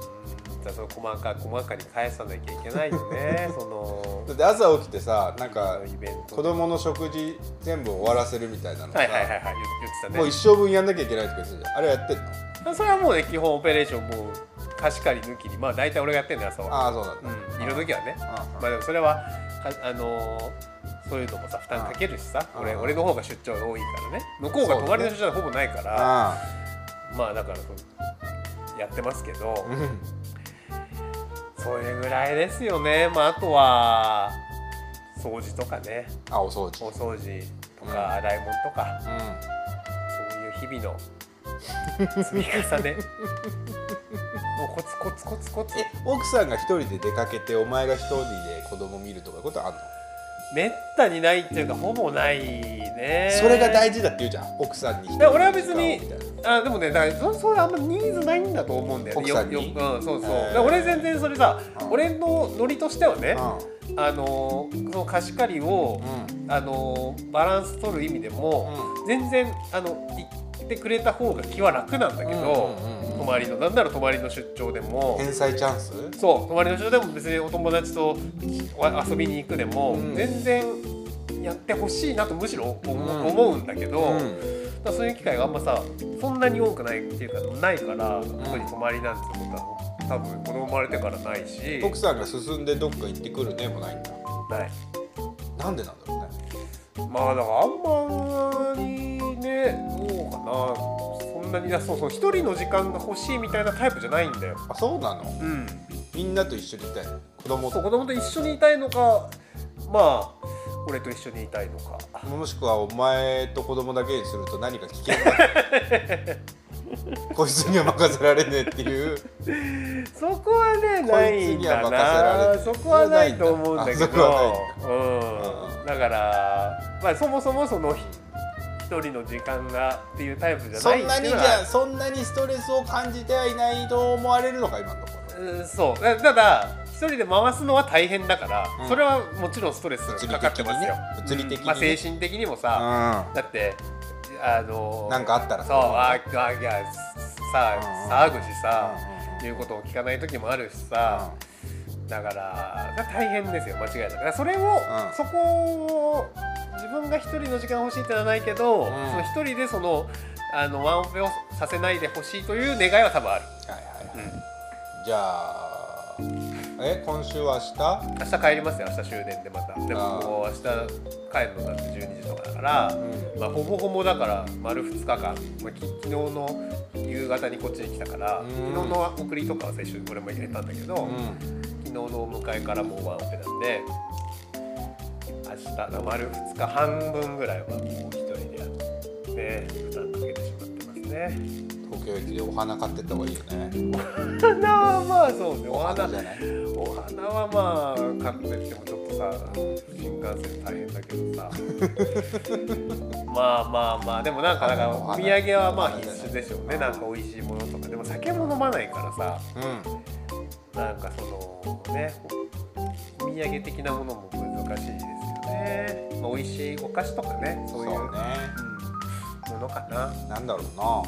Speaker 2: じゃあそれ細か細かに返さなきゃいけないよ ねその
Speaker 1: だって朝起きてさなんか
Speaker 2: イベント
Speaker 1: 子供の食事全部終わらせるみたいなのさ
Speaker 2: はいはいはいはい言言ってたね
Speaker 1: もう一生分やんなきゃいけないってことじゃんあれやってんの
Speaker 2: それはもうね基本オペレーションもう貸し借り抜きにまあ大体俺がやってんだよ朝は
Speaker 1: ああそうなんだ
Speaker 2: うんいる時はね
Speaker 1: あ
Speaker 2: まあでもそれはかあのーそういうのもさ負担かけるしさ
Speaker 1: うん
Speaker 2: 俺
Speaker 1: うん
Speaker 2: 俺の方が出張が多いからね向こう
Speaker 1: そ
Speaker 2: が
Speaker 1: うだね
Speaker 2: 隣の出張がほぼないから、
Speaker 1: あ
Speaker 2: まあだからそうやってますけど、
Speaker 1: あうん
Speaker 2: それぐらいですよねまああとは掃除とかね
Speaker 1: あお掃
Speaker 2: お
Speaker 1: 除
Speaker 2: 掃除と
Speaker 1: うん
Speaker 2: か洗い物とか、
Speaker 1: うん
Speaker 2: そういう日々の積み 重ねもうコツコツコツコツ
Speaker 1: え奥さんが一人で出かけてお前が一人で子供見るとかいうことあんの、
Speaker 2: めったにないっていうかほぼないね
Speaker 1: それが大事だって言うじゃん奥さんに一人
Speaker 2: で俺は別に
Speaker 1: 時間をみたいな
Speaker 2: あでもねだからそそれあんまニーズないんだと思うんだよ
Speaker 1: 奥
Speaker 2: ね
Speaker 1: さんに
Speaker 2: よようん、そうそう、
Speaker 1: へー
Speaker 2: だから俺全然それさ、
Speaker 1: うん
Speaker 2: 俺のノリとしてはね、
Speaker 1: うん
Speaker 2: あのーその貸し借りを、あのーバランス取る意味でも、全然あの言ってくれた方が気は楽なんだけど、
Speaker 1: うんうんうんうん
Speaker 2: 泊まりのなんなら泊まりの出張でも。
Speaker 1: 返済チャンス
Speaker 2: そう泊まりの人でも別にお友達とわ遊びに行くでも、
Speaker 1: うん
Speaker 2: 全然やってほしいなとむしろ思
Speaker 1: うん
Speaker 2: 思うんだけど、
Speaker 1: うん
Speaker 2: だからそういう機会があんまさそんなに多くないっていうかないから特に泊まりなんてことは多分子供生まれてからないし
Speaker 1: 奥さんが進んでどっか行ってくるねもないんだ
Speaker 2: ない
Speaker 1: なんでなんだろうね
Speaker 2: まあだからあんまりねどうかなそんなにだそうそう一人の時間が欲しいみたいなタイプじゃないんだよ。
Speaker 1: あそうなの
Speaker 2: うん、
Speaker 1: みんなと一緒にいたい子供
Speaker 2: そう
Speaker 1: と
Speaker 2: 子供と一緒にいたいのかまあ俺と一緒にいたいのか。
Speaker 1: もしくはお前と子供だけにすると何か危険が こいつには任せられねえっていう
Speaker 2: そこはね
Speaker 1: こ
Speaker 2: ないい
Speaker 1: つ
Speaker 2: ん
Speaker 1: には
Speaker 2: だ
Speaker 1: 任せられ
Speaker 2: な
Speaker 1: る
Speaker 2: そこはないと思うんだけ
Speaker 1: あそこは
Speaker 2: ど
Speaker 1: う
Speaker 2: うんんだから、まあ、そもそもそのひ一人の時間がっていうタイプじゃ
Speaker 1: そ
Speaker 2: ない
Speaker 1: んなにじゃあそんなにストレスを感じてはいないと思われるのか今のところ
Speaker 2: あそうだただ一人で回すのは大変だから、
Speaker 1: うん
Speaker 2: それはもちろんストレス
Speaker 1: 物理的にね
Speaker 2: かかってますよ
Speaker 1: 物理的にね
Speaker 2: うんまあ、精神的にもさ、だってあの
Speaker 1: なんかあったら
Speaker 2: そうああいやさ
Speaker 1: うん
Speaker 2: あ騒ぐしさ、
Speaker 1: うん
Speaker 2: 言うことを聞かない時もあるしさ、だからだから大変ですよ間違いなくだからそれを、
Speaker 1: うん
Speaker 2: そこを自分が一人の時間欲しいってのはないけど、
Speaker 1: ん
Speaker 2: その一人でそのあのワンオペをさせないでほしいという願いは多分ある、
Speaker 1: はいはいはい
Speaker 2: うん
Speaker 1: じゃあえ今週は明
Speaker 2: 明日帰りますよ明日終電でまたでも
Speaker 1: あー
Speaker 2: もう明日帰るのだって12時とかだから
Speaker 1: 日、うん
Speaker 2: まあほぼほぼだから丸2日間、まあ、き昨日の夕方にこっちに来たから、
Speaker 1: うん
Speaker 2: 昨日の送りとかは最初これも入れたんだけど、
Speaker 1: うん、
Speaker 2: 昨日のお迎えからもうワンオペなんで明日の丸2日半分ぐらいはもう一人でやって負担かけてしまってますね。
Speaker 1: 東京駅でお花買ってった方がいいよね
Speaker 2: お花はまあそうねお
Speaker 1: お花
Speaker 2: 花
Speaker 1: じゃない、
Speaker 2: お花はまあ買ってってもちょっとさ新幹線大変だけどさまあまあまあでもなんかだからお土産はまあ必須でしょうねなんか美味しいものとかでも酒も飲まないからさ
Speaker 1: うん、
Speaker 2: なんかそのねお土産的なものも難しいですよね、まあ、美味しいお菓子とかねそ
Speaker 1: そうう
Speaker 2: いう
Speaker 1: ね
Speaker 2: うんものかな、
Speaker 1: なんだろうな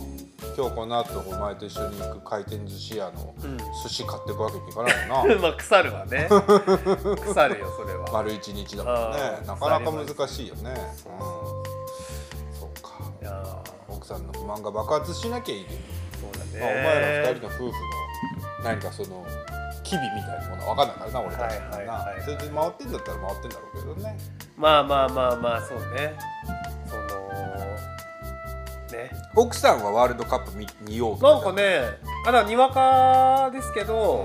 Speaker 1: 今日この後お前と一緒に行く回転寿司屋の寿司買っていくわけにいかないよな
Speaker 2: まあ腐るわね 腐るよそれは
Speaker 1: 丸一日だもん
Speaker 2: う
Speaker 1: ね
Speaker 2: ん
Speaker 1: なかなか難しいよね、
Speaker 2: そう
Speaker 1: うん、そうか
Speaker 2: いやー
Speaker 1: 奥さんの不満が爆発しなきゃいいけど、
Speaker 2: そうだね、
Speaker 1: まあ、お前ら二人の夫婦の何かその機微みたいなもの分かんないからな俺たちもな、
Speaker 2: はいはいはいはい
Speaker 1: それで回ってんだったら回ってんだろうけどね
Speaker 2: まあまあまあまあそうねそのね
Speaker 1: 奥さんはワールドカップ見見ようと
Speaker 2: なんかねあらにわかですけど、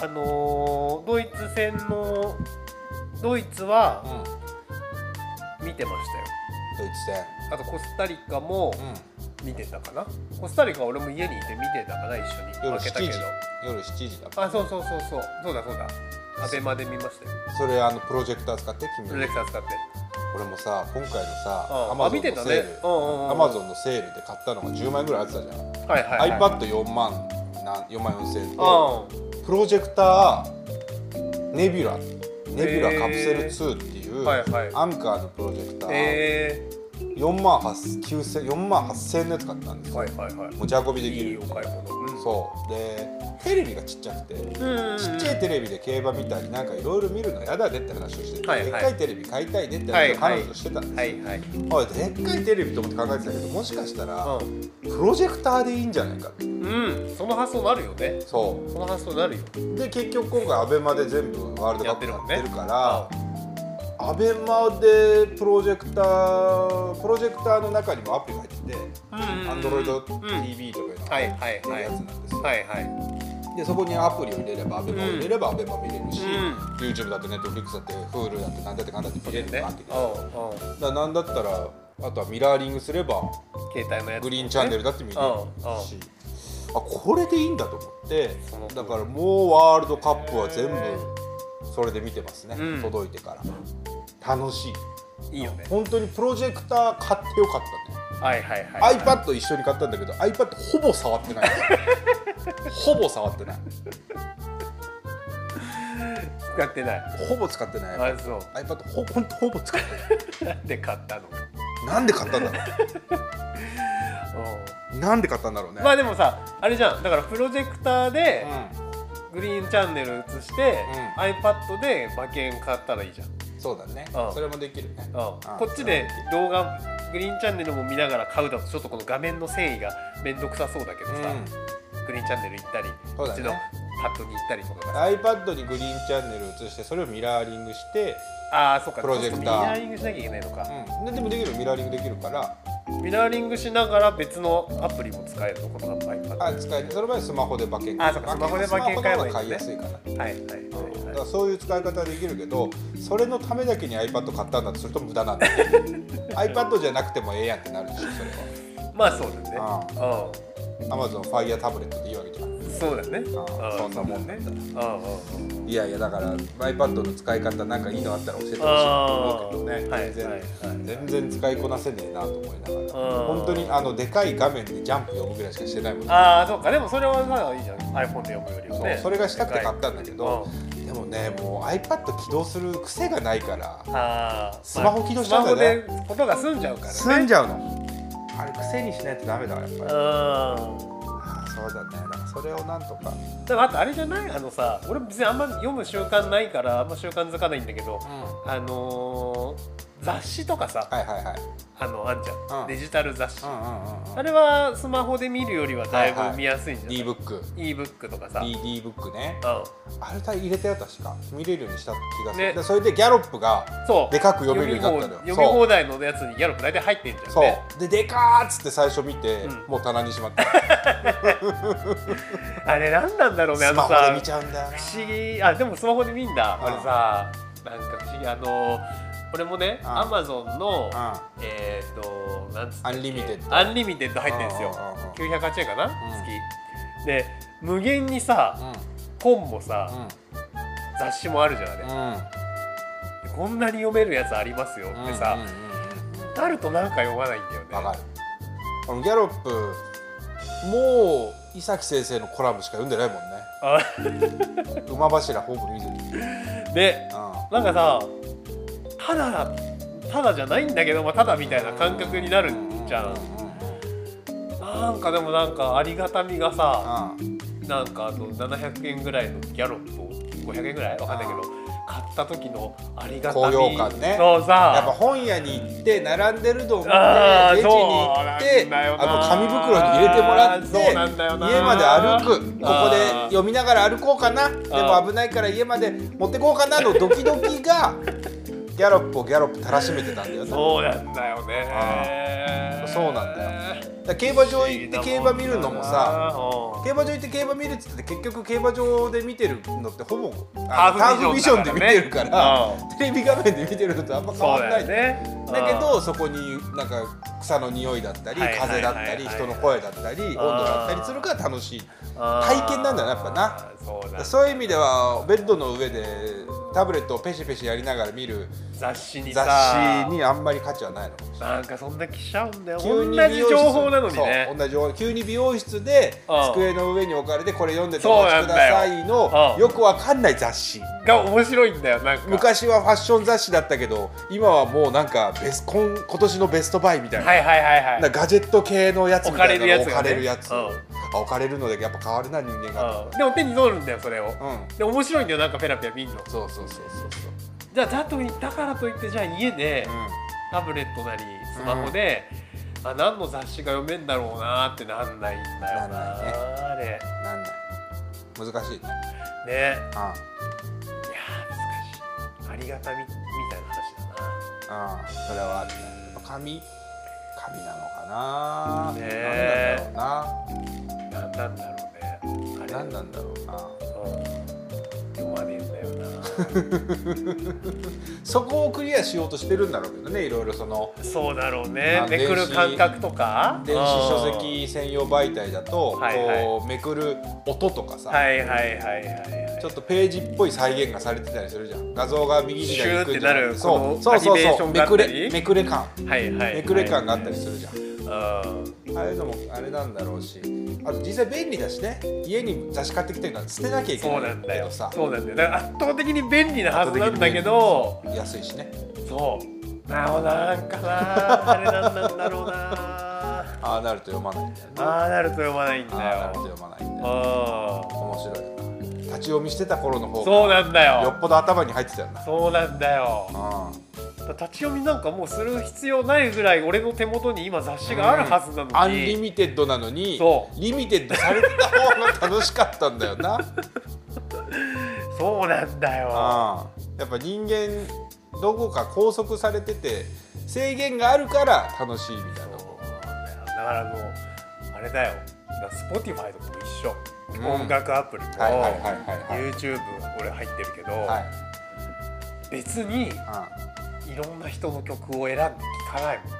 Speaker 2: あのードイツ戦のドイツ
Speaker 1: うん、
Speaker 2: は
Speaker 1: うん、ドイ
Speaker 2: 見てましたよ
Speaker 1: ツ戦
Speaker 2: あとコスタリカも
Speaker 1: う
Speaker 2: 見てたかな、コスタリカは俺も家にいて見てたかな一緒
Speaker 1: 夜
Speaker 2: に負けたけど
Speaker 1: 7時夜7時だから
Speaker 2: あそうそうそうそうそうだそうだアベマで見ましたよ
Speaker 1: それあのプロジェクター使って君
Speaker 2: プロジェクター使って
Speaker 1: 俺もさ今回の
Speaker 2: あ
Speaker 1: さ
Speaker 2: あ
Speaker 1: アマゾ
Speaker 2: 見
Speaker 1: ン
Speaker 2: て
Speaker 1: の
Speaker 2: た
Speaker 1: セ
Speaker 2: ね
Speaker 1: ール
Speaker 2: うんうんうん
Speaker 1: アマゾンのセールで買ったのが10万円ぐらいあってたじゃん、
Speaker 2: はいはい、はい、
Speaker 1: iPad4 万な4万4000円と
Speaker 2: あ
Speaker 1: プロジェクターネビュラネビュラカプセル2っていう、
Speaker 2: はいはい
Speaker 1: アンカーのプロジェクタ
Speaker 2: あ
Speaker 1: ー
Speaker 2: え
Speaker 1: 4万8000 4万8000円のやつ買ったんです
Speaker 2: ー、
Speaker 1: よ、
Speaker 2: はいはいはい
Speaker 1: 持ち運びでき
Speaker 2: い
Speaker 1: る
Speaker 2: いお買い物、うん
Speaker 1: そうでテレビがちっちゃくてちっちゃい
Speaker 2: い
Speaker 1: テレビで競馬見たりなんかいろいろ見るのやだねって話をしてて、
Speaker 2: はいはい
Speaker 1: でっかいテレビ買いたいねって話を彼女としてたんですよ、
Speaker 2: はいはい、
Speaker 1: おいでっかいテレビと思って考えてたけどもしかしたら
Speaker 2: う
Speaker 1: プロジェクターでいいんじゃないかって
Speaker 2: ん、うん、その発想なるよね
Speaker 1: そ
Speaker 2: その発想なるよ
Speaker 1: うで結局今回アベマで全部ワールドカップやってるから
Speaker 2: うん
Speaker 1: アベマでプロジェクタープロジェクターの中にもアプリが入ってて
Speaker 2: うん
Speaker 1: AndroidTV とかいうのが
Speaker 2: は
Speaker 1: 入っ
Speaker 2: いはい
Speaker 1: てる
Speaker 2: はい
Speaker 1: やつなんですよ
Speaker 2: はいはい
Speaker 1: でそこにアプリを入れればアベマを入れればアベマ見れるし、
Speaker 2: うん
Speaker 1: YouTube だって Netflix だって Hulu だってなんだってかんだって見れるわけで、だか
Speaker 2: うんうん
Speaker 1: らなんだったらあとはミラーリングすれば
Speaker 2: 携帯のやつ
Speaker 1: グリーンチャンネルだって見れるし、あこれでいいんだと思って
Speaker 2: その通り
Speaker 1: だからもうワールドカップは全部それで見てますね、
Speaker 2: うん
Speaker 1: 届いてから楽しい
Speaker 2: いいよね
Speaker 1: 本当にプロジェクター買ってよかったね
Speaker 2: はいはいはい、
Speaker 1: iPad 一緒に買ったんだけど iPad ほぼ触って ないほぼ触ってない
Speaker 2: 使ってない
Speaker 1: ほぼ使ってない
Speaker 2: あそう
Speaker 1: iPad ほほんとほぼ使って
Speaker 2: なんで買ったの、
Speaker 1: ないなんで買ったんだろうなんで買ったんだろうね、
Speaker 2: まあでもさあれじゃんだからプロジェクターでグリーンチャンネル映して、
Speaker 1: うん
Speaker 2: iPad で馬券買ったらいいじゃん、
Speaker 1: うん、そうだね
Speaker 2: うん
Speaker 1: それもできるね
Speaker 2: うんこっちで動画グリーンチャンネルも見ながら買うだとちょっとこの画面の遷移が面倒くさそうだけど
Speaker 1: う
Speaker 2: さ、
Speaker 1: ん
Speaker 2: グリーンチャンネル行ったり
Speaker 1: そうだね
Speaker 2: ちのパッドに行ったりとかが
Speaker 1: iPad にグリーンチャンネル映してそれをミラーリングして、
Speaker 2: ああそっか
Speaker 1: プロジェクター
Speaker 2: そうミラーリングしなきゃいけないのか、
Speaker 1: うん、ででもできるミラーリングできるから
Speaker 2: ミラーリングしながら別のアプリも使えるのこの iPad は
Speaker 1: あ使えてその場合スマホで馬券
Speaker 2: あそうかスマホで馬券買えばいいんだ
Speaker 1: 買い
Speaker 2: ね
Speaker 1: やすいから,、
Speaker 2: いはいはい
Speaker 1: だから
Speaker 2: は
Speaker 1: そういう使い方はできるけどそれのためだけに iPad 買ったんだとすると無駄なんだよ iPad じゃなくてもええやんってなるでしょ
Speaker 2: いまあそうだね
Speaker 1: あ
Speaker 2: う
Speaker 1: それは AmazonFire タブレットでいいわけじゃん
Speaker 2: んそうだね
Speaker 1: あ
Speaker 2: う
Speaker 1: そんなもんだ
Speaker 2: ね
Speaker 1: ったら
Speaker 2: うんうんうん
Speaker 1: いやいやだから iPad の使い方なんかいいのあったら教えてほしい
Speaker 2: あ
Speaker 1: と
Speaker 2: ー
Speaker 1: 思うけどね、
Speaker 2: はい
Speaker 1: 全然、
Speaker 2: はいはい
Speaker 1: 全然使いこなせねえなと思いながら、
Speaker 2: うん
Speaker 1: 本当にあのでかい画面でジャンプ読むぐらいしかしてないもんね
Speaker 2: ああそうかでもそれはまあいいじゃん iPhone で読むよりは
Speaker 1: そう
Speaker 2: ね
Speaker 1: それがしたくて買ったんだけど
Speaker 2: う、
Speaker 1: でもねもう iPad 起動する癖がないから
Speaker 2: あー
Speaker 1: スマホ起動しちゃうんだよね
Speaker 2: スマホでことが済んじゃうからね
Speaker 1: 済んじゃうのあれ癖にしないとダメだわやっぱり
Speaker 2: うん
Speaker 1: あーそうだねだからそれをなんとか
Speaker 2: でもあとあれじゃないあのさ俺別にあんま読む習慣ないからあんま習慣づかないんだけどあのー雑誌とかさ
Speaker 1: はいはいはい
Speaker 2: あのあんじゃん、
Speaker 1: うん
Speaker 2: デジタル雑誌、
Speaker 1: うんうんうん
Speaker 2: あれはスマホで見るよりはだい
Speaker 1: はいは
Speaker 2: ぶ
Speaker 1: い
Speaker 2: 見やすいんじゃない、
Speaker 1: D ブック
Speaker 2: ebook とかさ、
Speaker 1: D, D ブックね
Speaker 2: う
Speaker 1: あれ入れたよ確か見れるようにした気がする、
Speaker 2: ね
Speaker 1: でそれでギャロップが
Speaker 2: ん、そう
Speaker 1: でかく読めるように
Speaker 2: 読み放
Speaker 1: なったの
Speaker 2: 読み
Speaker 1: よ
Speaker 2: 放題のやつにギャロップ大体入ってんじゃん
Speaker 1: そう
Speaker 2: ね
Speaker 1: そうででかーっつって最初見て、
Speaker 2: うん
Speaker 1: もう棚にしまった
Speaker 2: あれ何なんだろうねあ
Speaker 1: スマ
Speaker 2: の
Speaker 1: ホで
Speaker 2: さ
Speaker 1: 見ちゃうんだよな
Speaker 2: 不思議あでもスマホで見んだ
Speaker 1: うん
Speaker 2: あれさなんか不思議あの俺もね
Speaker 1: うん
Speaker 2: アマゾンの
Speaker 1: う
Speaker 2: えっ、となんつったっけ
Speaker 1: アンリミテッド
Speaker 2: アンリミテッド入ってるんですよ
Speaker 1: う
Speaker 2: 908円かな、
Speaker 1: ん
Speaker 2: 月で無限にさ
Speaker 1: んうん
Speaker 2: 本もさ、雑誌もあるじゃんあれ
Speaker 1: うん、うんうん
Speaker 2: こんなに読めるやつありますよ
Speaker 1: うん
Speaker 2: って
Speaker 1: う
Speaker 2: さ、
Speaker 1: んうんうん
Speaker 2: なるとなんか読まないんだよね
Speaker 1: わかるあのギャロップもう伊崎先生のコラムしか読んでないもんね
Speaker 2: あ
Speaker 1: 馬柱ホーム水木
Speaker 2: で
Speaker 1: う
Speaker 2: なんかさただただじゃないんだけど、まあ、ただみたいな感覚になるじゃん
Speaker 1: うう
Speaker 2: なんかでもなんかありがたみがさ
Speaker 1: んうん
Speaker 2: なんかあの700円ぐらいのギャロップを500円ぐらいわかんないけど買った時のありがたみ
Speaker 1: 高揚感ね
Speaker 2: そう
Speaker 1: やっぱ
Speaker 2: さ
Speaker 1: 本屋に行って並んでるのを見て
Speaker 2: あー
Speaker 1: レジに行って
Speaker 2: そうなんだよな
Speaker 1: あの紙袋に入れてもらって
Speaker 2: そうなんだよな
Speaker 1: 家まで歩くここで
Speaker 2: あー
Speaker 1: 読みながら歩こうかなでも危ないから家まで持ってこうかなのドキドキがギャロップをギャロップたらしめてたんだよね
Speaker 2: そうなんだよね
Speaker 1: あそうなんだだから競馬場行って競馬見るのもさ
Speaker 2: 不思議
Speaker 1: 競馬場行って競馬見るっつってて結局競馬場で見てるのってほぼ
Speaker 2: ハ
Speaker 1: あのハ
Speaker 2: ー
Speaker 1: ー
Speaker 2: フ
Speaker 1: フ
Speaker 2: ビ
Speaker 1: ビ
Speaker 2: ジ
Speaker 1: ジ
Speaker 2: ョ
Speaker 1: ョ
Speaker 2: ン
Speaker 1: ン
Speaker 2: だ
Speaker 1: で
Speaker 2: から
Speaker 1: 見てる
Speaker 2: ね
Speaker 1: から
Speaker 2: う
Speaker 1: テレビ画面で見てるのとあんま変
Speaker 2: なもん
Speaker 1: わ
Speaker 2: だ
Speaker 1: ん
Speaker 2: な
Speaker 1: な
Speaker 2: そう
Speaker 1: い
Speaker 2: だよね
Speaker 1: だけ
Speaker 2: うん
Speaker 1: どそこになんか草の匂いだったり
Speaker 2: はいはいはいは
Speaker 1: 風
Speaker 2: い
Speaker 1: だったり人の声だったり温度だったりするから楽しい体験なんだよなやっぱな
Speaker 2: そうなんだ
Speaker 1: そういう意味ではベッドの上でタブレットをペシペシやりながら見る
Speaker 2: 雑誌に
Speaker 1: 雑
Speaker 2: さ
Speaker 1: 誌にあんまり価値はないのかもしれない
Speaker 2: なんかそんな来ちゃうんだよ
Speaker 1: 急
Speaker 2: 同
Speaker 1: に
Speaker 2: じ情報なのに
Speaker 1: そう
Speaker 2: ね
Speaker 1: 同じ情報急に美容室で
Speaker 2: うん
Speaker 1: 机の上に置かれてこれ読んでて
Speaker 2: そう
Speaker 1: お
Speaker 2: な
Speaker 1: 待ち
Speaker 2: ん
Speaker 1: くだ
Speaker 2: だよ
Speaker 1: さいの
Speaker 2: うん
Speaker 1: よくわかんない雑誌
Speaker 2: が面白いんだよなんか
Speaker 1: 昔はファッション雑誌だったけど今はもうなんかベス今今年のベストバイみたいな,、
Speaker 2: はいはいはいは
Speaker 1: なん
Speaker 2: い
Speaker 1: かガジェット系のやつみたいなのが
Speaker 2: 置
Speaker 1: 置
Speaker 2: か
Speaker 1: か
Speaker 2: れ
Speaker 1: れ
Speaker 2: る
Speaker 1: る
Speaker 2: や
Speaker 1: や
Speaker 2: つ
Speaker 1: つ、
Speaker 2: がね
Speaker 1: あ置かれるのでやっぱ変わるな人間が
Speaker 2: うん、でも手に取るんだよそれを
Speaker 1: うん
Speaker 2: で面白いんだよなんかペラペラ見んの
Speaker 1: そうそうそうそうそう
Speaker 2: じゃあだといだからといってじゃあ家で
Speaker 1: う
Speaker 2: タブレットなりスマホで、あ何の雑誌が読めんだろうなーってなんないんだよな
Speaker 1: なんないね
Speaker 2: あれ
Speaker 1: んなんない難しいね
Speaker 2: ねいや
Speaker 1: あ
Speaker 2: ー難しいありがたみみたいな話だな
Speaker 1: あああそれはあるねやっぱ紙紙なのかな、
Speaker 2: ねえ
Speaker 1: 何なんだろうな
Speaker 2: ななんだろうねあれ
Speaker 1: 何なんだろうな
Speaker 2: うん読まねえんだよな
Speaker 1: そこをクリアしようとしてるんだろうけどねいろいろその
Speaker 2: そうだろうね
Speaker 1: あ
Speaker 2: めくる感覚とか
Speaker 1: 電子書籍専用媒体だと
Speaker 2: はいはい
Speaker 1: こうめくる音とかさ、
Speaker 2: うんはいはいはいはいはい
Speaker 1: ちょっとページっぽい再現がされてたりするじゃん画像が右左に行くんじゃなくて
Speaker 2: シュ
Speaker 1: そうそ
Speaker 2: ーってなる
Speaker 1: う
Speaker 2: この
Speaker 1: そ
Speaker 2: アニメー
Speaker 1: う
Speaker 2: ショ
Speaker 1: そ
Speaker 2: ン
Speaker 1: うめ
Speaker 2: があった
Speaker 1: く
Speaker 2: り
Speaker 1: れめくれ感
Speaker 2: はいはいはい
Speaker 1: めくれ感があったりするじゃん
Speaker 2: うん
Speaker 1: ああいうのもあれなんだろうしあと実際便利だしね家に雑誌買ってきてるから捨てなきゃいけ
Speaker 2: そう
Speaker 1: な
Speaker 2: ないんだ
Speaker 1: け
Speaker 2: よ
Speaker 1: どさ
Speaker 2: そうなんだよだから圧倒的に便利なはずなんだけど
Speaker 1: 安いしね
Speaker 2: そうなおなんかなあれなんなんだろうな
Speaker 1: ああなると読まないんだよねあ
Speaker 2: ああなると読まないん
Speaker 1: あ
Speaker 2: だ
Speaker 1: なると
Speaker 2: よ
Speaker 1: 読まないんだよね
Speaker 2: うん
Speaker 1: 面白いな立ち読みしてた頃の方
Speaker 2: そう
Speaker 1: が
Speaker 2: なんだ
Speaker 1: よ
Speaker 2: よ
Speaker 1: っぽど頭に入ってたよな
Speaker 2: そうなんだよ
Speaker 1: う
Speaker 2: 立ち読みなんかもうする必要ないぐらい俺の手元に今雑誌があるはずなのに、
Speaker 1: んアンリミテッドなのに
Speaker 2: そ
Speaker 1: リミテッドされてた方が楽しかったんだよ なうん
Speaker 2: そうなんだよ
Speaker 1: やっぱ人間どこか拘束されてて制限があるから楽しいみたいなとこ
Speaker 2: だからもうあれだよだから Spotify とかも一緒、
Speaker 1: うん
Speaker 2: 音楽アプリも、
Speaker 1: はいはいはいはいはい
Speaker 2: YouTube 俺入ってるけど、
Speaker 1: はい
Speaker 2: 別にいろんな人の曲を選んで聴かないもん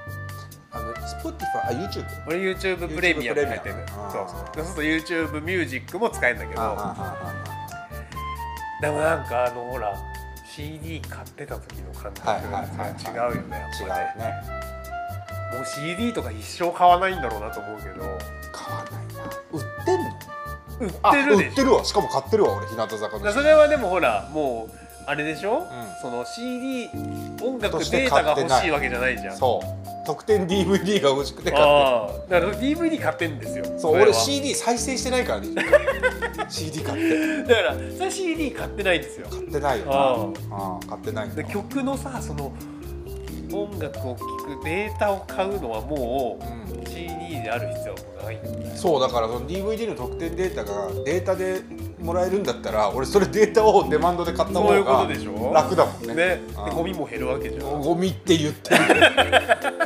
Speaker 1: あの Spotify あ YouTube
Speaker 2: 俺 YouTube プレミアムに入って
Speaker 1: YouTube プレ
Speaker 2: る
Speaker 1: ミアム
Speaker 2: そう
Speaker 1: あー
Speaker 2: そうそうすると YouTube ミュージックも使えるんだけ
Speaker 1: ああ
Speaker 2: ど
Speaker 1: あ
Speaker 2: でもなんかあのほら CD 買ってた時の感覚
Speaker 1: はいはいはい
Speaker 2: 違うよねやっ
Speaker 1: 違う
Speaker 2: ぱね
Speaker 1: ね
Speaker 2: もう CD とか一生買わないんだろうなと思うけど
Speaker 1: 買わないな売ってんの
Speaker 2: 売っ
Speaker 1: あ
Speaker 2: てる
Speaker 1: 売
Speaker 2: で
Speaker 1: っ
Speaker 2: してょ
Speaker 1: るわしかも買ってるわ俺日向坂
Speaker 2: だから
Speaker 1: の
Speaker 2: それはでもほらもうあれでしょ、
Speaker 1: ん
Speaker 2: その CD 音楽
Speaker 1: として
Speaker 2: データ
Speaker 1: 買
Speaker 2: が
Speaker 1: ってない
Speaker 2: 欲しいわけじゃないじゃん
Speaker 1: そう特典 DVD が欲しくて買ってる
Speaker 2: あーだから DVD 買ってんですよ
Speaker 1: そう
Speaker 2: れは
Speaker 1: 俺 CD 再生してないからね CD 買って
Speaker 2: だからそれ CD 買ってないんですよ
Speaker 1: 買ってないよな
Speaker 2: あ
Speaker 1: ああ買ってないんだ
Speaker 2: で曲のさその音楽を聴くデータを買うのはもう
Speaker 1: うん
Speaker 2: CD である必要はもうない
Speaker 1: そうだからその DVD の特典データがデータでもらえるんだったら俺それデータをデマンドで買った
Speaker 2: そういう
Speaker 1: 方
Speaker 2: こと
Speaker 1: が
Speaker 2: でしょ
Speaker 1: 楽だもんね
Speaker 2: ね
Speaker 1: うん
Speaker 2: でゴミも減るわけじゃん
Speaker 1: ゴミって言ってる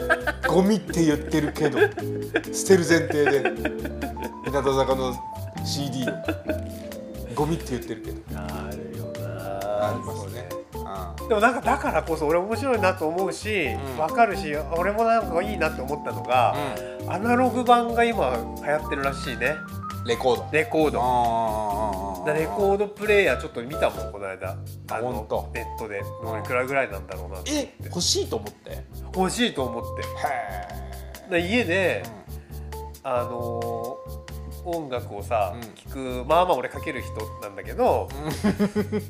Speaker 1: けどゴミって言ってるけど捨てる前提で日向坂の CD をゴミって言ってるけど
Speaker 2: あるよ
Speaker 1: あ
Speaker 2: な
Speaker 1: りますねあ
Speaker 2: でもなんかだからこそ俺面白いなと思うし、
Speaker 1: うん
Speaker 2: わかるし俺もなんかいいなって思ったのが、
Speaker 1: あ
Speaker 2: アナログ版が今流行ってるらしいね
Speaker 1: レコード
Speaker 2: レコード
Speaker 1: あ
Speaker 2: だレコードプレイヤーちょっと見たもんこの間あ
Speaker 1: ほんと
Speaker 2: のネットでどれくらいぐらいなんだろうなって
Speaker 1: え欲しいと思ってへ
Speaker 2: 欲しいと思ってだから家で、あのー音楽をさ
Speaker 1: うん
Speaker 2: 聴、くまあまあ俺かける人なんだけど、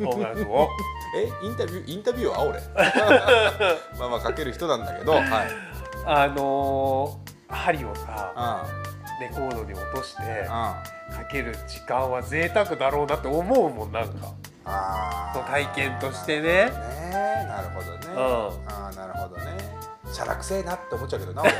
Speaker 2: 音楽 を
Speaker 1: えインタビューインタビューは 俺まあまあかける人なんだけどはい
Speaker 2: あのー針をさ
Speaker 1: あ
Speaker 2: レコードに落として
Speaker 1: ああ
Speaker 2: かける時間は贅沢だろうなって思うもんなんか、
Speaker 1: あ
Speaker 2: そう体験として
Speaker 1: ね
Speaker 2: ね
Speaker 1: なるほどね
Speaker 2: うん、
Speaker 1: ああなるほどねしゃらくせえなって思っちゃうけどな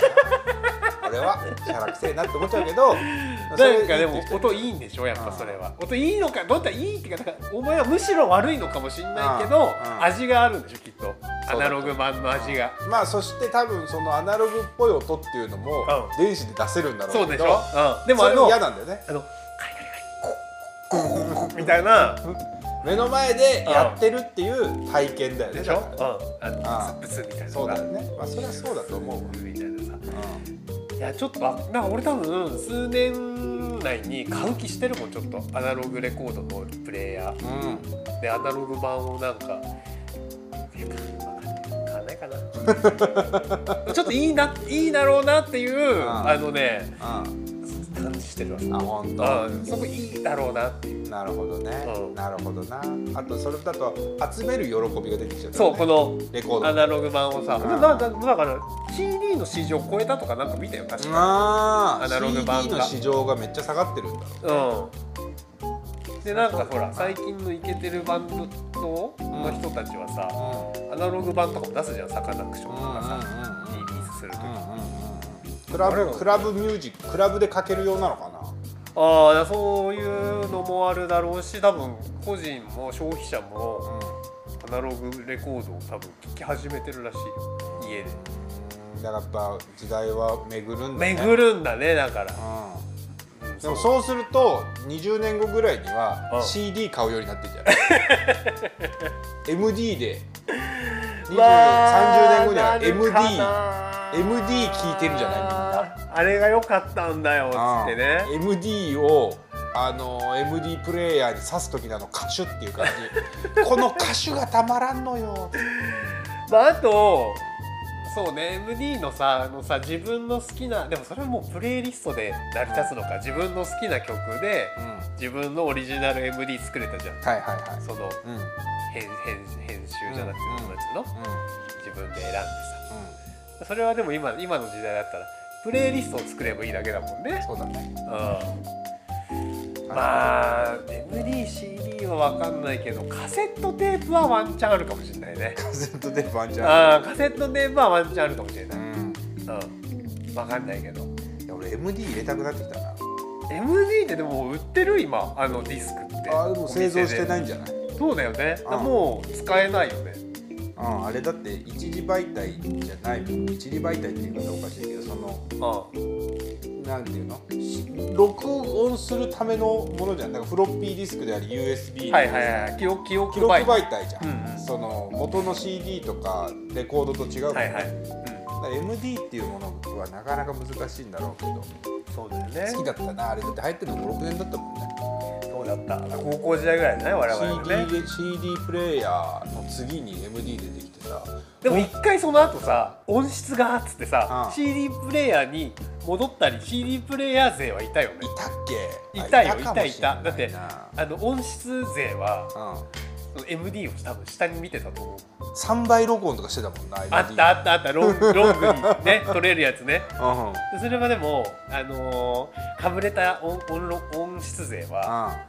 Speaker 1: 俺は俺はしゃらくせえなって思っちゃうけど
Speaker 2: なんかでも
Speaker 1: それ
Speaker 2: 音いいんでしょやっぱそれは音いいのかどうだったらいいっていうかだからお前はむしろ悪いのかもしんないけど
Speaker 1: うんうん
Speaker 2: 味があるんでしょきっと
Speaker 1: だ
Speaker 2: アナログ版の味が
Speaker 1: まあそして多分そのアナログっぽい音っていうのも
Speaker 2: う
Speaker 1: 電子で出せるんだろ
Speaker 2: そうう
Speaker 1: け
Speaker 2: でし
Speaker 1: ど、
Speaker 2: ょ、うん、でもあ
Speaker 1: それ
Speaker 2: の
Speaker 1: も嫌
Speaker 2: あの
Speaker 1: なんだよね
Speaker 2: カリカリカリコッコッコッコッコッみたいな
Speaker 1: 目の前でやってるっていう体験だよね
Speaker 2: でしょ、
Speaker 1: だ
Speaker 2: う
Speaker 1: からね
Speaker 2: ん、あのブスブスみたいな
Speaker 1: そ
Speaker 2: の
Speaker 1: う
Speaker 2: が
Speaker 1: だよねまあそれはそうだと思うわ、
Speaker 2: みたいなさ
Speaker 1: うん
Speaker 2: いやちょっとあなんか俺多分数年内に買う気してるもんちょっとアナログレコードのプレイヤー
Speaker 1: うん、
Speaker 2: でアナログ版をなんかいや買わないかな ちょっといいないいだろうなっていう
Speaker 1: うん
Speaker 2: あのね
Speaker 1: あ
Speaker 2: 感じしてるわ
Speaker 1: 本当。
Speaker 2: あすごくいいだろうなっていう
Speaker 1: なるほどね、
Speaker 2: うん
Speaker 1: なるほどなあとそれだと集める喜びができちゃう、ね、
Speaker 2: そうこの
Speaker 1: レコード
Speaker 2: アナログ版をさ
Speaker 1: うん
Speaker 2: だだだだから CD の市場を超えたとかなんか見たよ確か
Speaker 1: あ
Speaker 2: アナログ版
Speaker 1: CD
Speaker 2: が
Speaker 1: の市場がめっちゃ下がってるんだろ
Speaker 2: うんでなんかほら最近のイケてるバンドのの人たちはさ
Speaker 1: う
Speaker 2: アナログ版とかも出すじゃんサカナクションとかさ
Speaker 1: うんうんうん
Speaker 2: リリースするとき
Speaker 1: クラ
Speaker 2: あれは
Speaker 1: ブクラブミュージッククラブでかけるようなのかな
Speaker 2: ああそういうのもあるだろうし多分個人も消費者もアナログレコードを多分聴き始めてるらしい家で
Speaker 1: うんだからやっぱ時代は巡るんだね
Speaker 2: 巡るんだねだから、
Speaker 1: う
Speaker 2: うん
Speaker 1: んでもそうすると20年後ぐらいに
Speaker 2: う
Speaker 1: は
Speaker 2: ん
Speaker 1: CD 買うようになってん じゃない MD で20 30年後には MD MD 聞いてるじゃないみん
Speaker 2: いあれが良かったんだよ
Speaker 1: ああ
Speaker 2: っつってね
Speaker 1: MD をあの MD プレイヤーに挿す時のあの歌手っていう感 じこの歌手がたまらんのよ
Speaker 2: まああとそうね MD のさあのさ自分の好きなでもそれはもうプレイリストで成り立つのか自分の好きな曲で
Speaker 1: うんはい
Speaker 2: 自分のオリジナル MD 作れたじゃん
Speaker 1: はいはい
Speaker 2: その
Speaker 1: うんうん
Speaker 2: 編編編集じゃなくて友達の自分で選んで
Speaker 1: う
Speaker 2: さそれはでも今今の時代だったらプレイリストを作ればいいだけだもんね
Speaker 1: ん、そうだ ね
Speaker 2: うん、まあ MDCD は分かんないけどカセットテープはワンチャンあるかもしれないね
Speaker 1: カセットでバンジャ
Speaker 2: あーカセットテープはワンチャンあるかもしれない、
Speaker 1: ー
Speaker 2: うん、分かんないけど
Speaker 1: うんいや俺 MD 入れたくなってきたな
Speaker 2: MD ってでも売ってる今あのディスクって
Speaker 1: あでも製造してないいんじゃない
Speaker 2: そうだよね
Speaker 1: うん
Speaker 2: もう使えないよね
Speaker 1: うん、あれだって一次媒体じゃないもん一次媒体っていう言い方おかしいけどその
Speaker 2: うん
Speaker 1: なんていうのし録音するためのものじゃんなんかフロッピーディスクであり USB
Speaker 2: はいはいはい記憶記憶
Speaker 1: 記録
Speaker 2: 媒体
Speaker 1: 媒体じゃん、
Speaker 2: うんうん
Speaker 1: その元の CD とかレコードと違うから,、
Speaker 2: はいはい、
Speaker 1: MD っていうものはなかなか難しいんだろうけど
Speaker 2: そうだよね
Speaker 1: 好きだったなあれだって入ってるの56年だったもんね
Speaker 2: そうだった高校時代ぐらいだね我々はね
Speaker 1: CD, で CD プレイヤーの次に MD 出てきてさ
Speaker 2: でも一回その後さ音質がっつってさ、
Speaker 1: うん
Speaker 2: CD プレイヤーに戻ったり CD プレイヤー勢はいたよね
Speaker 1: いたっけ
Speaker 2: い
Speaker 1: あ
Speaker 2: たよ
Speaker 1: かもしれないな
Speaker 2: たいたあの音質勢はその MD を多分下に見てたと思う
Speaker 1: うん、3倍録音とかしてたもんな MD
Speaker 2: あったあったあったロンロングにね取れるやつね
Speaker 1: うんうん
Speaker 2: でそれはでもあのーかぶれた音音ろ音質勢は
Speaker 1: あ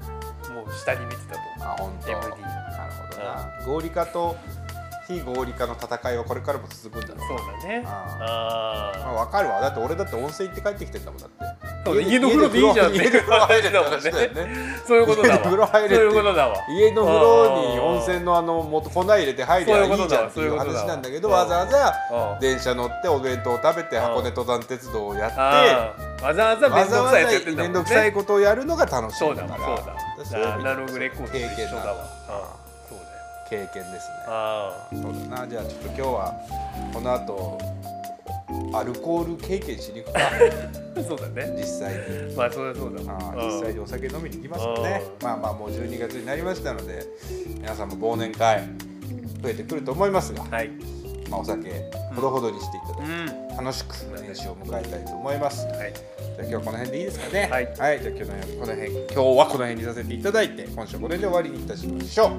Speaker 2: もう下に見てたと思
Speaker 1: 本当な
Speaker 2: MD
Speaker 1: るほどな合理化と非合理化の戦いはこれからも続くんだろう
Speaker 2: そうだね
Speaker 1: まあ
Speaker 2: あ
Speaker 1: わかるわだって俺だって温泉行って帰ってきてんだもんだって
Speaker 2: あそうね家の風呂でいいじゃんって
Speaker 1: 家で風呂入れた話だ
Speaker 2: だ
Speaker 1: よ
Speaker 2: よね
Speaker 1: ね
Speaker 2: そういうことだわ
Speaker 1: 家で 風呂入れて
Speaker 2: そういうことだわ
Speaker 1: 家の風呂に温泉のあの元粉入れて入りゃいいじゃんって
Speaker 2: そう
Speaker 1: い
Speaker 2: いううことだ
Speaker 1: 話なんだけど
Speaker 2: そうい
Speaker 1: わ
Speaker 2: うこと
Speaker 1: ざ
Speaker 2: だ
Speaker 1: わざ
Speaker 2: あ
Speaker 1: 電車乗ってお弁当を食べて
Speaker 2: うん
Speaker 1: 箱根登山鉄道をやって
Speaker 2: ああわざ わざ面
Speaker 1: わ
Speaker 2: 倒
Speaker 1: ざ
Speaker 2: く
Speaker 1: わ
Speaker 2: さい
Speaker 1: ざ
Speaker 2: やつやってんだ
Speaker 1: 面
Speaker 2: も
Speaker 1: 倒
Speaker 2: ん
Speaker 1: くさ
Speaker 2: ね
Speaker 1: いことをやるのが楽しい
Speaker 2: そ
Speaker 1: ん
Speaker 2: うだ
Speaker 1: だか
Speaker 2: わ
Speaker 1: ら
Speaker 2: そうだアナログレコードと一緒だわああそうだよ
Speaker 1: 経験ですね
Speaker 2: ああ
Speaker 1: そうだなじゃあちょっと今日はこの後アルコール経験しに行くか
Speaker 2: そうだね
Speaker 1: 実際に
Speaker 2: まあそりゃそうだ
Speaker 1: あ
Speaker 2: わ
Speaker 1: ー
Speaker 2: うん
Speaker 1: 実際にお酒飲みに行きますよね
Speaker 2: うん
Speaker 1: まあまあもう12月になりましたので皆さんも忘年会増えてくると思いますが、
Speaker 2: はい
Speaker 1: まあ、お酒ほどほどにしていただいて
Speaker 2: うん
Speaker 1: 楽しく年始を迎えたいと思います。じ
Speaker 2: はい
Speaker 1: ゃあ今日はこの辺でいいですかね。
Speaker 2: はい
Speaker 1: じゃあ今日の辺この辺今日はこの辺にさせていただいて今週はこれで終わりにいたしましょう。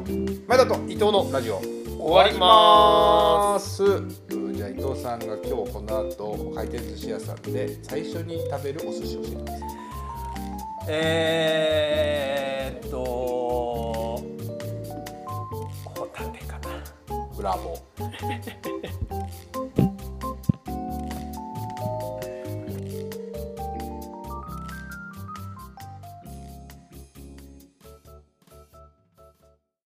Speaker 1: 前田と伊藤のラジオ終
Speaker 2: わります
Speaker 1: 終わります。じゃあ伊藤さんが今日この後回転寿司屋さんで最初に食べるお寿司を教えてください。
Speaker 2: えー、っとホタテかな
Speaker 1: ブラボー。